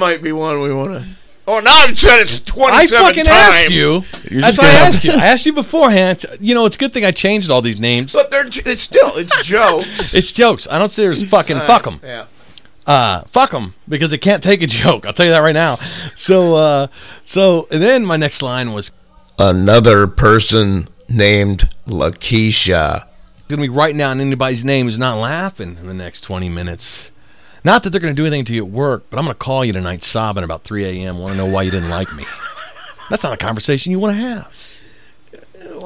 might be one we want to. Oh, now I've said it's
I
27
fucking
times.
asked you.
You're
That's
just
why I
gonna have-
asked you. I asked you beforehand. You know, it's a good thing I changed all these names.
But they're j- it's still it's jokes.
It's jokes. I don't say there's fucking fuck 'em.
yeah.
uh, fuck them because they can't take a joke. I'll tell you that right now. So, uh, so and then my next line was
Another person named Lakeisha.
going to be writing down anybody's name who's not laughing in the next 20 minutes. Not that they're going to do anything to you at work, but I'm going to call you tonight sobbing about 3 a.m. Want to know why you didn't like me? That's not a conversation you want to have.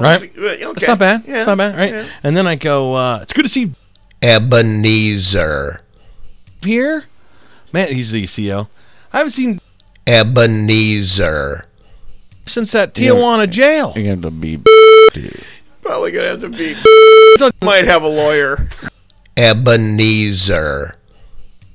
Right?
Okay.
It's not bad.
Yeah.
It's not bad, right? And then I go, uh, it's good to see you
Ebenezer.
here. Man, he's the CEO. I haven't seen
Ebenezer.
since that
You know-
Tijuana jail.
You have to beep.
Probably gonna have to be. might have a lawyer.
Ebenezer.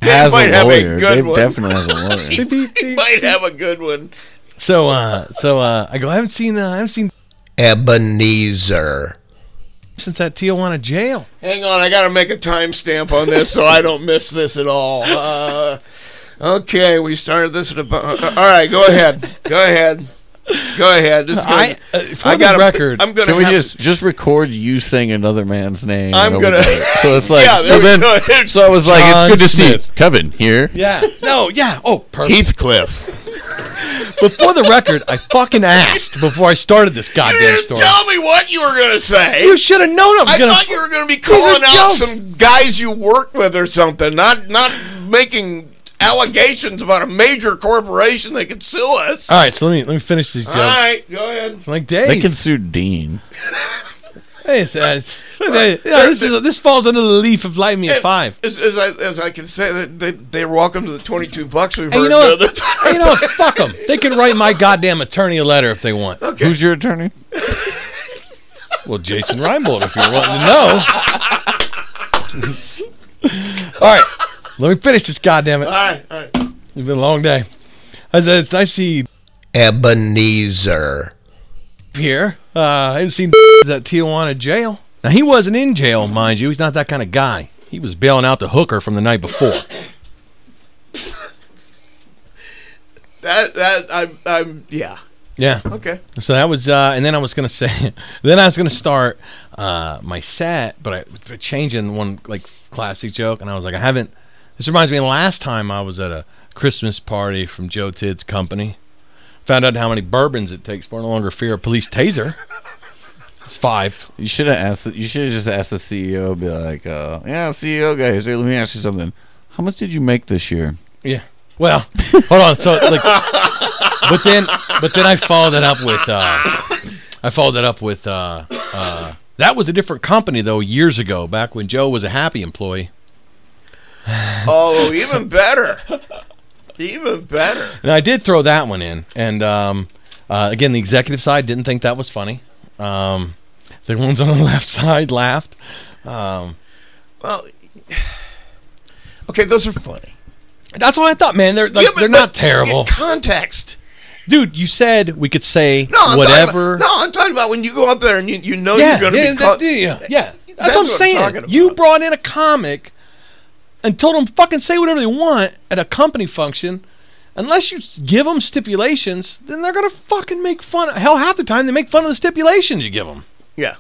Has
might
a
have a
lawyer.
good
Dave
one.
definitely has a lawyer.
might have a good one.
So, uh, so uh, I go, I haven't seen, uh, I haven't seen
Ebenezer.
since that Tijuana jail.
Hang on, I gotta make a timestamp on this so I don't miss this at all. Uh, okay, we started this at about. uh, all right, go ahead. Go ahead. Go ahead. This is gonna,
I- uh, for the
gotta-
record,
I'm gonna.
Can we
have-
just just record you saying another man's name?
I'm
and
gonna-
overlay it? So it's like.
Yeah,
so
there
then.
we go.
So I was like,
John
it's good to
Smith.
see Kevin here.
Yeah. No. Yeah. Oh, perfect.
Heathcliff.
Before the record, I fucking asked before I started this
You
goddamn
didn't
story.
tell me what you were gonna say.
You should have known I was
I
gonna.
thought you were going to be calling
are
out
jokes.
some guys you worked with or something, not not making allegations about a major corporation that could sue us.
All right, so let me let me finish these jokes.
All right, go ahead.
I'm like,
They
Dave,
can sue Dean.
hey, it's- uh, it's- hey, yeah, this is this falls under the leaf of light me at five.
As, as I as I can say, that they, they're welcome to the twenty two bucks we've
And you
earned
know
over
what?
the time.
And you know what? Fuck them. They can write my goddamn attorney a letter if they want.
Okay.
Who's your attorney?
Well, Jason Reinbold, if you're wanting to know. All right, let me finish this goddamn it.
All right, all right.
It's been a long day. I said it's nice to see you
Ebenezer.
here. Uh, I haven't seen at Tijuana jail. Now he wasn't in jail, mind you. He's not that kind of guy. He was bailing out the hooker from the night before.
That that I'm I'm yeah.
Yeah.
Okay.
So that was, uh, and then I was gonna say, then I was gonna start uh, my set, but I for changing one like classic joke, and I was like, I haven't. This reminds me, of last time I was at a Christmas party from Joe Tid's company, found out how many bourbons it takes for no longer fear a police taser. It's five.
You should have asked. The, you should have just asked the CEO. Be like, uh, yeah, CEO guy. Hey, let me ask you something. How much did you make this year?
Yeah. Well, hold on. So like, but then, but then I followed that up with, uh, I followed that up with, uh, uh, that was a different company though years ago, back when Joe was a happy employee.
Oh, even better. Even better.
And I did throw that one in, and um, uh, again, the executive side didn't think that was funny. Um, the ones on the left side laughed. Um,
Well, okay, those are funny.
that's what I thought, man. They're like,
Yeah, but-
they're
but
not terrible,
In context.
dude. You said we could say
No, I'm
whatever.
Talking about, no, I'm talking about when you go up there and you, you know
yeah,
Oh, you're going to
yeah,
be
that-
caught.
yeah, yeah. That's,
That's
what I'm
what I'm
saying.
talking
you
about.
brought in a comic and told them fucking say whatever they want at a company function. Unless you s- give them stipulations, then they're gonna fucking make fun. Hell, half the time they make fun of the stipulations you give them.
Yeah.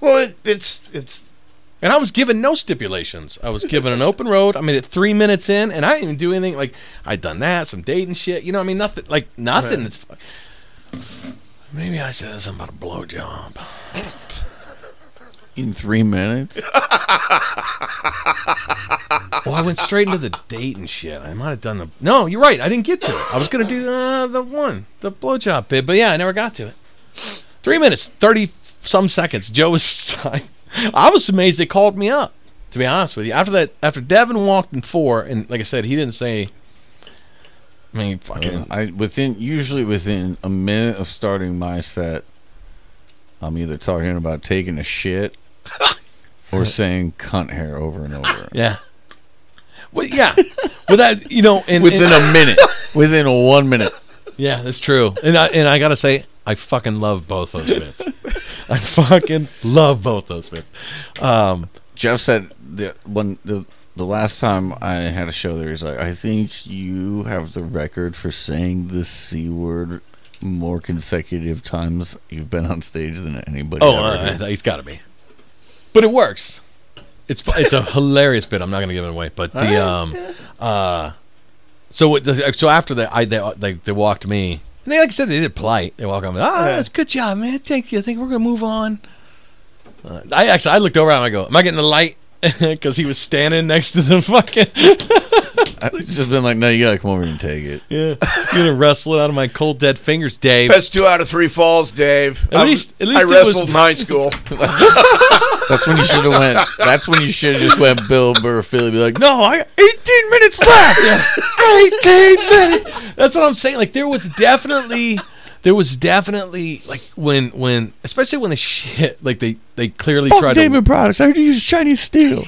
Well, it, it's it's
And I was given no stipulations. I was given an open road. I made it three minutes in, and I didn't even do anything. Like I'd done that, some dating shit. You know, what I mean, nothing. Like nothing. That's fu- maybe I said something about a blowjob.
In three minutes.
Well, Oh, I went straight into the dating shit. I might have done the. No, you're right. I didn't get to it. I was gonna do uh, the one, the blowjob bit, but yeah, I never got to it. Three minutes, thirty some seconds. Joe was. time. I was amazed they called me up. To be honest with you, after that, after Devin walked in four, and like I said, he didn't say. I mean, fucking.
I within usually within a minute of starting my set, I'm either talking about taking a shit or saying cunt hair over and over.
Yeah. Well, yeah. Well, that you know, and, and-
Within a minute. Within a one minute.
Yeah, that's true. And I, and I gotta say, I fucking love both those bits. I fucking love both those bits. Um,
Jeff said that when the the last time I had a show there, he's like, I think you have the record for saying the c word more consecutive times you've been on stage than anybody.
oh,
ever.
uh, it's gotta be. But it works. It's fu- it's a hilarious bit. I'm not gonna give it away. But the um, uh, so what the, so after that, I they they, they walked me. And they like I said, they did polite. They walk up, ah, that's good job, man. Thank you. I think we're gonna move on. Uh, I actually I looked over at him. I go, am I getting the light? Because he was standing next to the fucking.
I've just been like, no, you gotta come over and take it.
Yeah, you're gonna wrestle it out of my cold dead fingers, Dave.
that's two out of three falls, Dave. Um,
At least- at least
I
it was-
wrestled in high school.
That's when you should have went. That's when you should have just went Bill Burr Philly. Be like, no, I.
18 minutes left. 18 minutes. That's what I'm saying. Like there was definitely, there was definitely like when when especially when the shit like they they clearly tried to.
Products. I heard you use Chinese steel.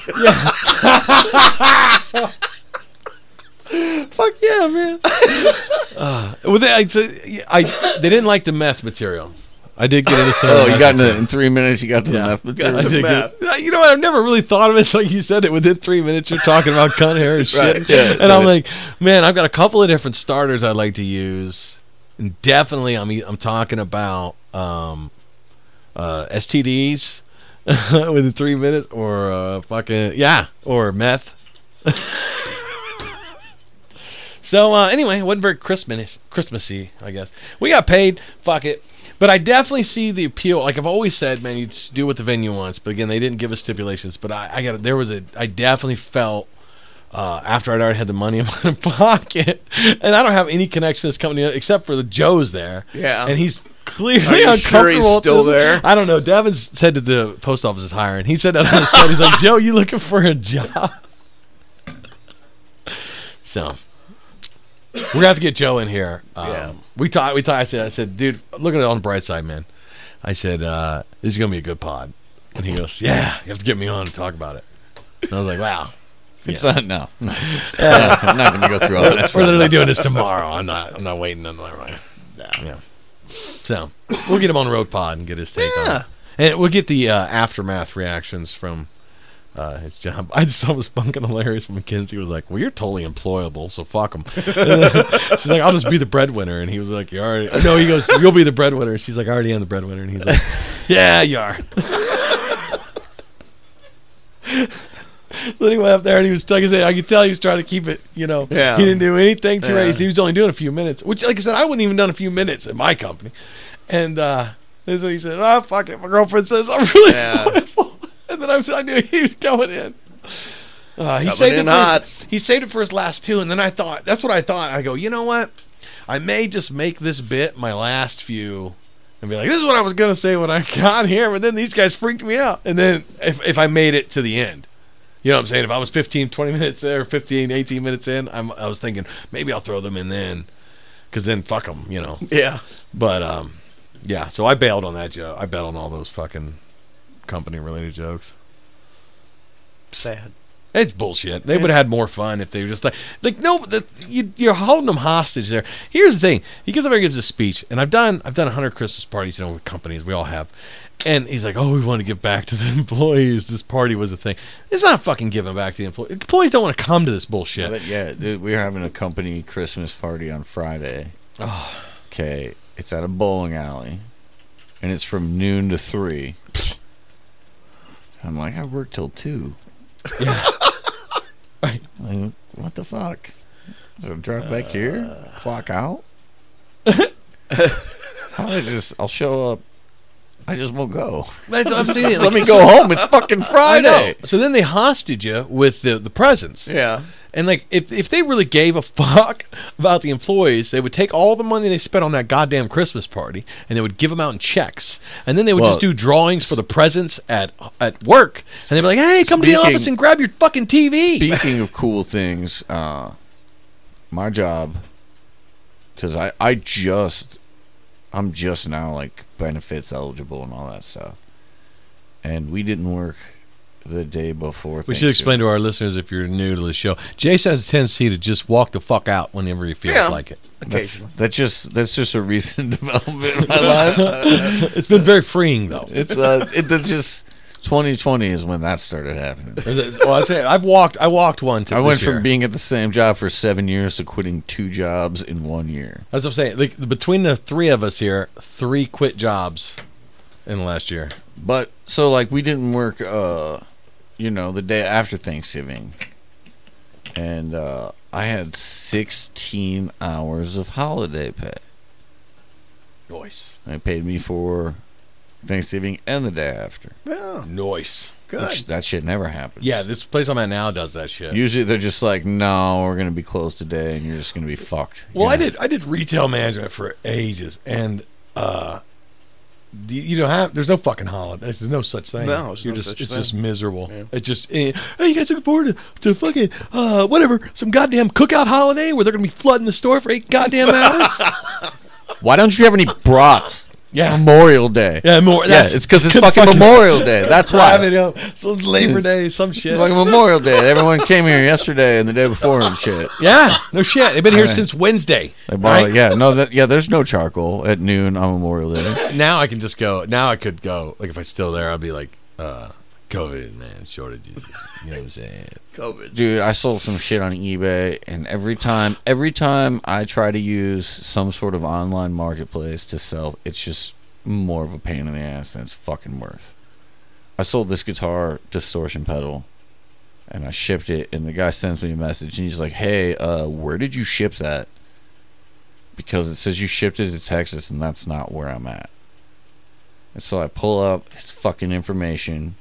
Fuck yeah, man. uh, well, they, I, I- they didn't like the meth material. I did get into some.
Oh,
meth
you got in,
material.
the, in three minutes. You got to the meth material.
I
to
think
meth.
it's- You know what? I've never really thought of it like you said it. Within three minutes, you're talking about cunt hair and shit.
Right, yeah,
and I'm
right.
like, man, I've got a couple of different starters I like to use. And definitely, I'm e, I'm talking about um, uh, STDs within three minutes, or uh, fucking yeah, or meth. So uh, anyway, it wasn't very Christmas Christmassy, I guess. We got paid, fuck it. But I definitely see the appeal. Like I've always said, man, you just do what the venue wants. But again, they didn't give us stipulations. But I, I got there was a I definitely felt uh, after I'd already had the money in my pocket, and I don't have any connection to this company except for the Joe's there.
Yeah.
and he's clearly
Are you
uncomfortable.
sure he's
with
still
this.
there?
I don't know. Devin said that the post office is hiring. He said that on the site. He's like, Joe, you looking for a job? So we're gonna have to get Joe in here. Um,
Yeah.
We talked. We talked. I said. I said, dude, look at it on the bright side, man. I said, uh, this is gonna be a good pod. And he goes, yeah, you have to get me on and talk about it. And I was like, wow,
It's not no. no I'm not gonna go through all that.
we're literally doing this tomorrow. I'm not. I'm not waiting another one. Yeah. So we'll get him on Road Pod and get his take on it, and we'll get the uh, aftermath reactions from uh, his job. I just thought it was fucking hilarious when McKinsey was like, "Well, you're totally employable, so fuck him." She's like, "I'll just be the breadwinner," and he was like, "You already." No, he goes, "You'll be the breadwinner." She's like, "I already am the breadwinner," and he's like, "Yeah, you are." So then he went up there and he was stuck his head. I could tell he was trying to keep it, you know.
Yeah.
He didn't do anything too
Yeah.
yeah. He was only doing a few minutes, which, like I said, I wouldn't even done a few minutes at my company. And uh, and so he said, oh, fuck it. My girlfriend says I'm really
Yeah.
employable." And then I, I knew he was going in. Uh, he
Coming
saved it
in
for
hot.
His, he saved it for his last two, and then I thought that's what I thought. I go, you know what? I may just make this bit my last few, and be like, this is what I was gonna say when I got here, but then these guys freaked me out. And then if if I made it to the end, you know what I'm saying? If I was 15, 20 minutes there, 15, 18 minutes in, I'm, I was thinking maybe I'll throw them in then, because then fuck them, you know.
Yeah.
But um, yeah. So I bailed on that joke. I bailed on all those fucking company related jokes.
Sad.
It's bullshit. They would have had more fun if they were just like, like no, the, you, you're holding them hostage there. Here's the thing: he gets up there and gives a speech, and I've done, I've done hundred Christmas parties, you know, with companies. We all have, and he's like, "Oh, we want to give back to the employees. This party was a thing. It's not fucking giving back to the employees. Employees don't want to come to this bullshit."
But yeah, dude, we're having a company Christmas party on Friday. Okay, it's at a bowling alley, and it's from noon to three. I'm like, I work till two.
Right.
Like, what the fuck? So drive back here, clock out. I just, I'll show up. I just won't go.
That's what I'm saying.
Let me go home. It's fucking
I know.
Friday.
So then they hostage you with the the presents.
Yeah.
And like, if if they really gave a fuck about the employees, they would take all the money they spent on that goddamn Christmas party, and they would give them out in checks, and then they would
Well,
just do drawings for the presents at at work, and they'd be like, "Hey, come to the
speaking-
office and grab your fucking TV."
Speaking of cool things, uh, my job, because I, I just, I'm just now like benefits eligible and all that stuff. And we didn't work the day before.
we should explain
Thanksgiving.
to our listeners if you're new to the show. Jason has a tendency to just walk the fuck out whenever he feels
Yeah.
like it.
That's,
Occasionally.
that's just that's just a recent development in my life.
It's been very freeing though.
It's uh, it, that's just 2020 is when that started happening.
well, I say I've walked. I walked one. To
I
this
went
year.
from being at the same job for seven years to quitting two jobs in one year.
That's what I'm saying. Like between the three of us here, three quit jobs in the last year.
But so like we didn't work uh you know the day after Thanksgiving. And uh I had 16 hours of holiday pay.
Noise.
They paid me for Thanksgiving and the day after.
Yeah.
Noise.
Good.
Which that shit never happens.
Yeah, this place I'm at now does that shit.
Usually they're just like, "No, we're going to be closed today and you're just going to be fucked." You
well, I
know?
did. I did retail management for ages, and uh, the- you don't have. The's no fucking holiday. There's no such thing.
No, there's
You're
no
just.
such
it's
thing.
just miserable. It's just. eh, hey, you guys looking forward to, to fucking uh, whatever some goddamn cookout holiday where they're gonna be flooding the store for eight goddamn hours.
Why don't you have any brats?
Yeah.
Memorial Day.
yeah, more.
Yeah,
that's-
it's cuz it's fucking Memorial Day. That's why.
Drive it up. So it's Labor Day, some shit.
It's like Memorial Day. Everyone came here yesterday and the day before and shit.
Yeah, no shit. They've been here
All right.
since Wednesday.
They bought
Right?
it. Yeah, no, that, yeah. There's no charcoal at noon on Memorial Day.
Now I can just go. Now I could go. Like if I was still there, I'd be like, uh, COVID man, shortages. You know what I'm saying?
COVID.
Dude, I sold some shit on eBay, and every time, every time I try to use some sort of online marketplace to sell, it's just more of a pain in the ass than it's fucking worth. I sold this guitar distortion pedal, and I shipped it, and the guy sends me a message, and he's like, "Hey, uh, where did you ship that?" Because it says you shipped it to Texas, and that's not where I'm at. And so I pull up his fucking information.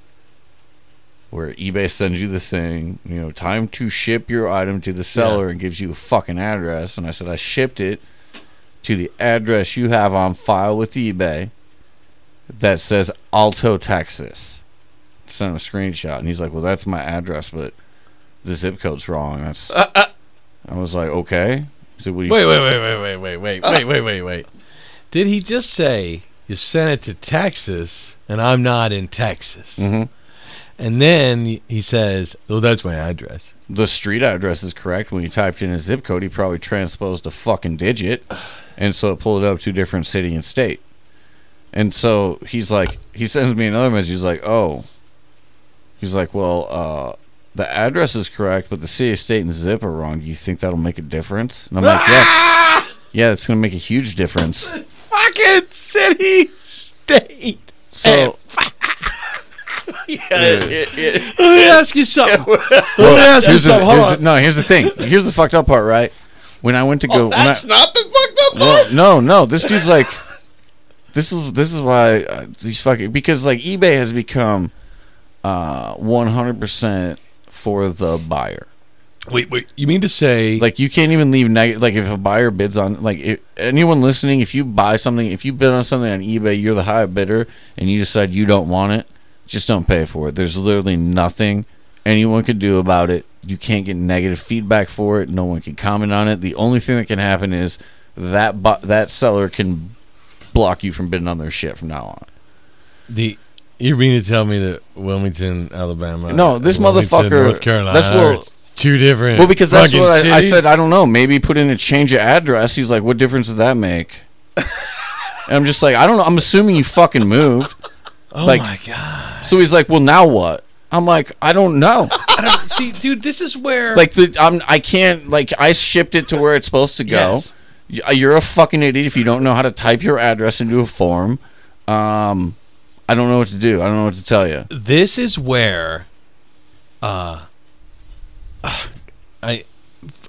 where eBay sends you this thing, you know, time to ship your item to the seller and gives you a fucking address. And I said, I shipped it to the address you have on file with eBay that says Alto, Texas. Sent him a screenshot, and he's like, Well, that's my address, but the zip code's wrong. That's. I was like, Okay. So what do you
Uh, Wait, wait, wait, wait, wait, wait,
Uh.
wait, wait, wait, wait, wait. Did he just say you sent it to Texas and I'm not in Texas?
Mhm.
And then he says, "Oh, that's my address."
the street address is correct. When you typed in a zip code, he probably transposed a fucking digit, and so it pulled up to different city and state. And so he's like, he sends me another message. He's like, oh, He's like, well, uh, the address is correct, but the city of state and zip are wrong. Do you think that'll make a difference? And I'm like, yeah, yeah, it's gonna make a huge difference.
Fucking city state.
So
Let me ask you something.
well,
ask you
here's the-
something. Hold
here's the-
on.
no, here's the thing. Here's the fucked up part, right? When I went to go, when I-
Oh, That's not the fucked up part.
Well, no, no. This dude's like, this is this is why uh, these fucking because like eBay has become uh, one hundred percent for the buyer.
Wait, wait. You mean to say
Like you can't even leave negative. Like if a buyer bids on like if, anyone listening, if you buy something, if you bid on something on eBay, you're the high bidder, and you decide you don't want it, just don't pay for it. There's literally nothing anyone could do about it. You can't get negative feedback for it. No one can comment on it. The only thing that can happen is that bu- that seller can block you from bidding on their shit from now on.
the? You mean to tell me that Wilmington, Alabama?
No, this
and Wilmington,
motherfucker-
North Carolina.
that's what-
are two different.
Well, because that's
fucking
what I, I
cities?
said. I don't know. Maybe put in a change of address. He's like, what difference did that make? and I'm just like, I don't know. I'm assuming you fucking moved.
Oh
like-
my god!
So he's like, well, now what? I'm like, I don't know.
See, dude, this is where
Like the I'm I can't like I shipped it to where it's supposed to go.
Yes.
Y- uh, You're a fucking idiot if you don't know how to type your address into a form. Um, I don't know what to do. I don't know what to tell you.
this is where uh, I, I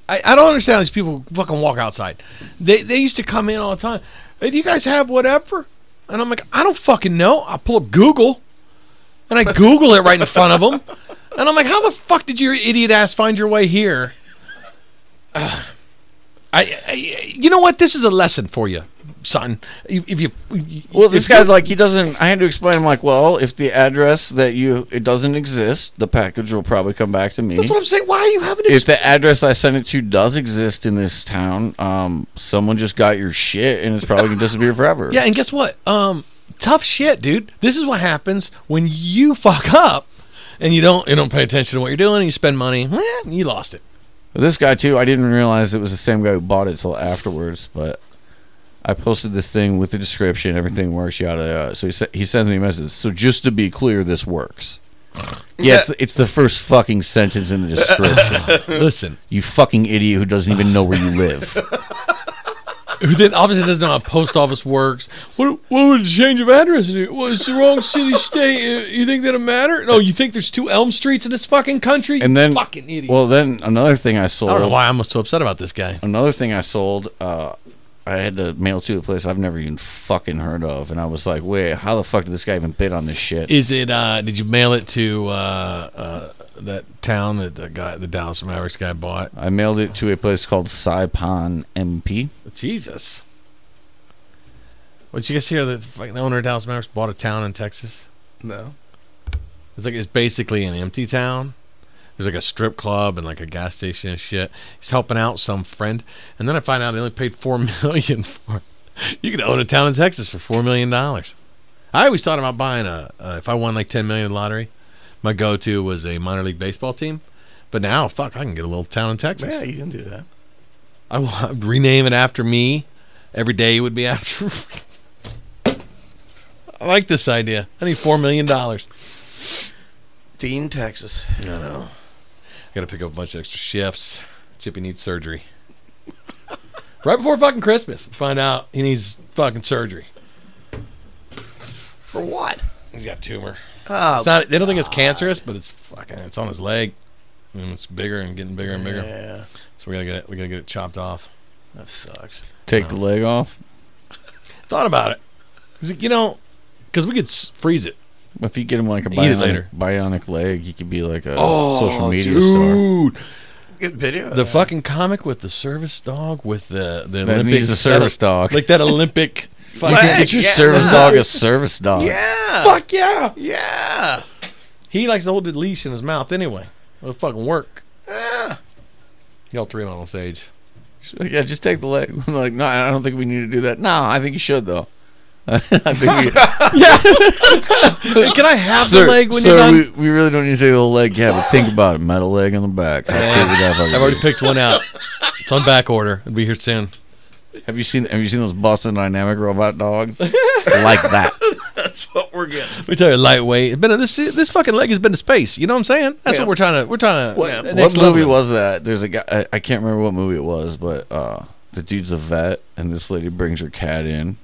I don't understand these people who fucking walk outside. They they used to come in all the time. Hey, do you guys have whatever? And I'm like, I don't fucking know. I pull up Google and I Google it right in front of them. And I'm like, how the fuck did your idiot ass find your way here? Ah. I, I you know what? This is a lesson for you, son. If if you
Well, this
if
guy
you-
like he doesn't. I had to explain. I'm like, well, if the address that you it doesn't exist, the package will probably come back to me.
That's what I'm saying. Why are you having to
if the address I sent it to does exist in this town, um, someone just got your shit and it's probably gonna disappear forever.
Yeah, and guess what? Um, tough shit, dude. This is what happens when you fuck up and you don't you don't pay attention to what you're doing. And you spend money, eh, you lost it.
But This guy too, I didn't realize it was the same guy who bought it till afterwards. But I posted this thing with the description, everything works, yada yada. So he sa- he sends me a message. So just to be clear, this works. Yeah, it's, it's the first fucking sentence in the description.
Listen,
you fucking idiot who doesn't even know where you live.
who then obviously doesn't know how post office works. What what would a change of address do? Well, it's the wrong city state. Uh, You think that'll matter? No, you think there's two Elm Streets in this fucking country?
And then,
fucking idiot.
well, then another thing I sold.
I don't know why I'm so upset about this guy.
another thing I sold, uh, I had to mail to a place I've never even fucking heard of, and I was like, wait, how the fuck did this guy even bid on this shit?
Is it? Uh, did you mail it to uh, uh, that town that the guy, the Dallas Mavericks guy, bought?
I mailed it to a place called Saipan MP.
Jesus. What did you guys hear that fucking the owner of Dallas Mavericks bought a town in Texas?
No.
It's like it's basically an empty town. There's like a strip club and like a gas station and shit. He's helping out some friend, and then I find out he only paid four million for. It. You could own a town in Texas for four million dollars. I always thought about buying a uh, if I won like ten million in the lottery, my go-to was a minor league baseball team. But now, fuck, I can get a little town in Texas.
Yeah, you can do that.
I would rename it after me. Every day would be after. I like this idea. I need four million dollars.
Dean, Texas.
I know. I gotta pick up a bunch of extra shifts. Chippy needs surgery. right before fucking Christmas, find out he needs fucking surgery.
For what?
He's got a tumor.
Oh,
It's not. They don't think it's cancerous, but it's fucking. It's on his leg, and it's bigger and getting bigger and bigger.
yeah.
So we gotta get it. We gotta get it chopped off.
That sucks.
Take
Oh.
the leg off.
Thought about it. 'Cause, You know, because we could s- freeze it.
If you get him like a
Eat it
bionic,
later.
bionic leg, he could be like a
Oh,
social media star.
Dude,
Good video.
the fucking comic with the service dog with the the
That
Olympic
needs a service
that-
dog.
like that Olympic.
You
fucking,
can get your
Yeah.
service dog a service dog.
yeah.
fuck yeah!
Yeah.
Oh,
He likes to hold the leash in his mouth anyway. It'll fucking work.
Ah.
Yeah.
Y'all three on stage.
Yeah, just take the leg. I'm like, no, I don't think we need to do that. No, I think you should though. I think you,
Hey, can I have
sir,
the leg when
sir,
you're done?
We, we really don't need to take the whole leg. Yeah, but think about it. Metal leg on the back. How cool would that fucking
I've already
be?
picked one out. It's on back order. It'll be here soon.
Have you seen Have you seen those Boston Dynamic robot dogs? like that.
That's what we're again.
Let me tell you, lightweight. It's Been to- this this fucking leg has been to space. You know what I'm saying? That's
Yeah.
what we're trying to we're trying to. uh,
What-
next
what movie
level.
was that? There's a guy. I, I can't remember what movie it was, but uh, the dude's a vet, and this lady brings her cat in,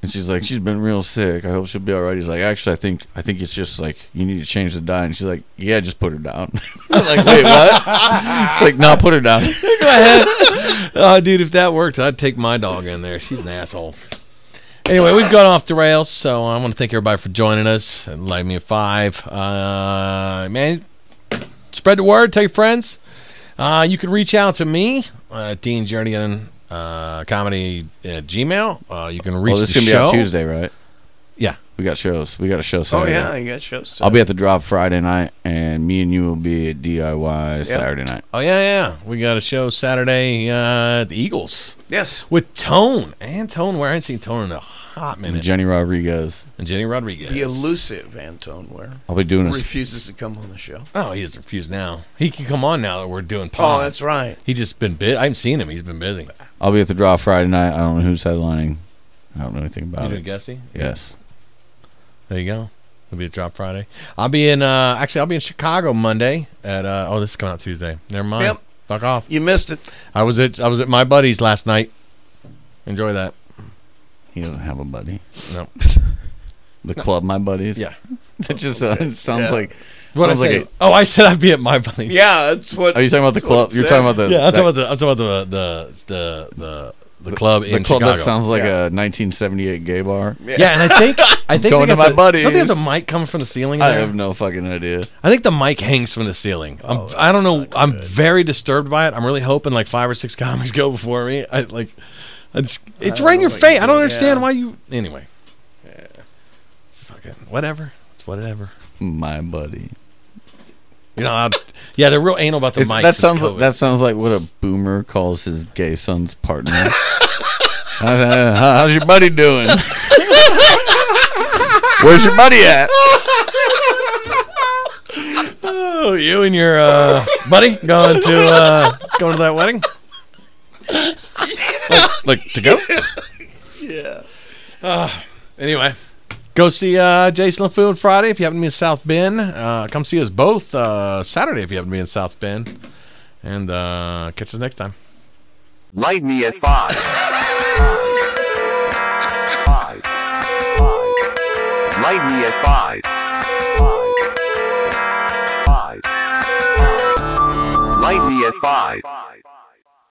and she's like, "She's been real sick. I hope she'll be all right." He's like, "Actually, I think I think it's just like you need to change the diet." And she's like, "Yeah, just put her down." I'm like, wait, what? It's like, "No, put her down."
Oh, dude, if that worked, I'd take my dog in there. She's an asshole. Anyway, we've gone off the rails, so I want to thank everybody for joining us and lighting me a five. Uh, man, spread the word, tell your friends. Uh, you can reach out to me, uh, Dean Jernigan, uh, comedy at Gmail. Uh, you can reach
Well, Oh, this is
the
gonna be
show.
out Tuesday, right?
Yeah.
We got shows. We got a show
Oh,
Saturday.
yeah, you got shows.
I'll be at the drop Friday night, and me and you will be at DIY Saturday night.
Oh yeah, yeah. We got a show Saturday uh, at the Eagles
Yes.
with Tone and Tone. Where I ain't seen Tone in a hot
And
minute.
Jenny Rodriguez.
And Jenny Rodriguez.
The elusive Anton Ware
I'll be doing a
refuses to come on the show.
Oh, he is refused now. He can come on now that we're doing
Oh,
pod.
that's right.
He just been bit. I haven't seen him. He's been busy.
I'll be at the draw Friday night. I don't know who's headlining. I don't know anything
You
about
doing
it.
guesty?
Yes.
There you go. It'll be a drop Friday. I'll be in. uh Actually, I'll be in Chicago Monday. At uh oh, this is coming out Tuesday. Never mind.
Yep.
Fuck off.
You missed it.
I was at I was at my buddy's last night. Enjoy that.
He doesn't have a buddy.
No.
The club, my buddies.
Yeah.
That just uh, sounds
Yeah.
like.
What I
sounds like
say? oh, I said I'd be at my buddy's.
Yeah, that's what.
a, Are you talking about the
That's what
club?
it
You're
said.
talking about the.
Yeah, I'm
that,
talking about the I'm talking about the the the the, the club
the
in
club
Chicago.
that sounds like a 1978 gay bar.
yeah, and I think I think
going
they
to
got
my
the, Don't they have
buddies.
the mic coming from the ceiling?
I
there?
have no fucking idea.
I think the mic hangs from the ceiling. I'm, I don't know. I'm very disturbed by it. I'm really hoping like five or six comics go before me. I like, it's, it's right in your face. I don't understand why you. Anyway, it's fucking whatever. It's whatever.
My buddy.
You know. i yeah, they're real anal about the
It's,
mic.
that sounds
like
like, that sounds like what a boomer calls his gay son's partner. How's- uh, how- How's your buddy doing? Where's your buddy at?
Oh, you and your uh, buddy going to uh, going to that wedding? like, like to go? yeah. anyway, go see uh, Jason LaFoon Friday if you happen to be in South Bend. Uh, come see us both uh, Saturday if you happen to be in South Bend, and uh, catch us next time.
Light me at five. Five. Five. Light me at five. Five. Five. Light me at five.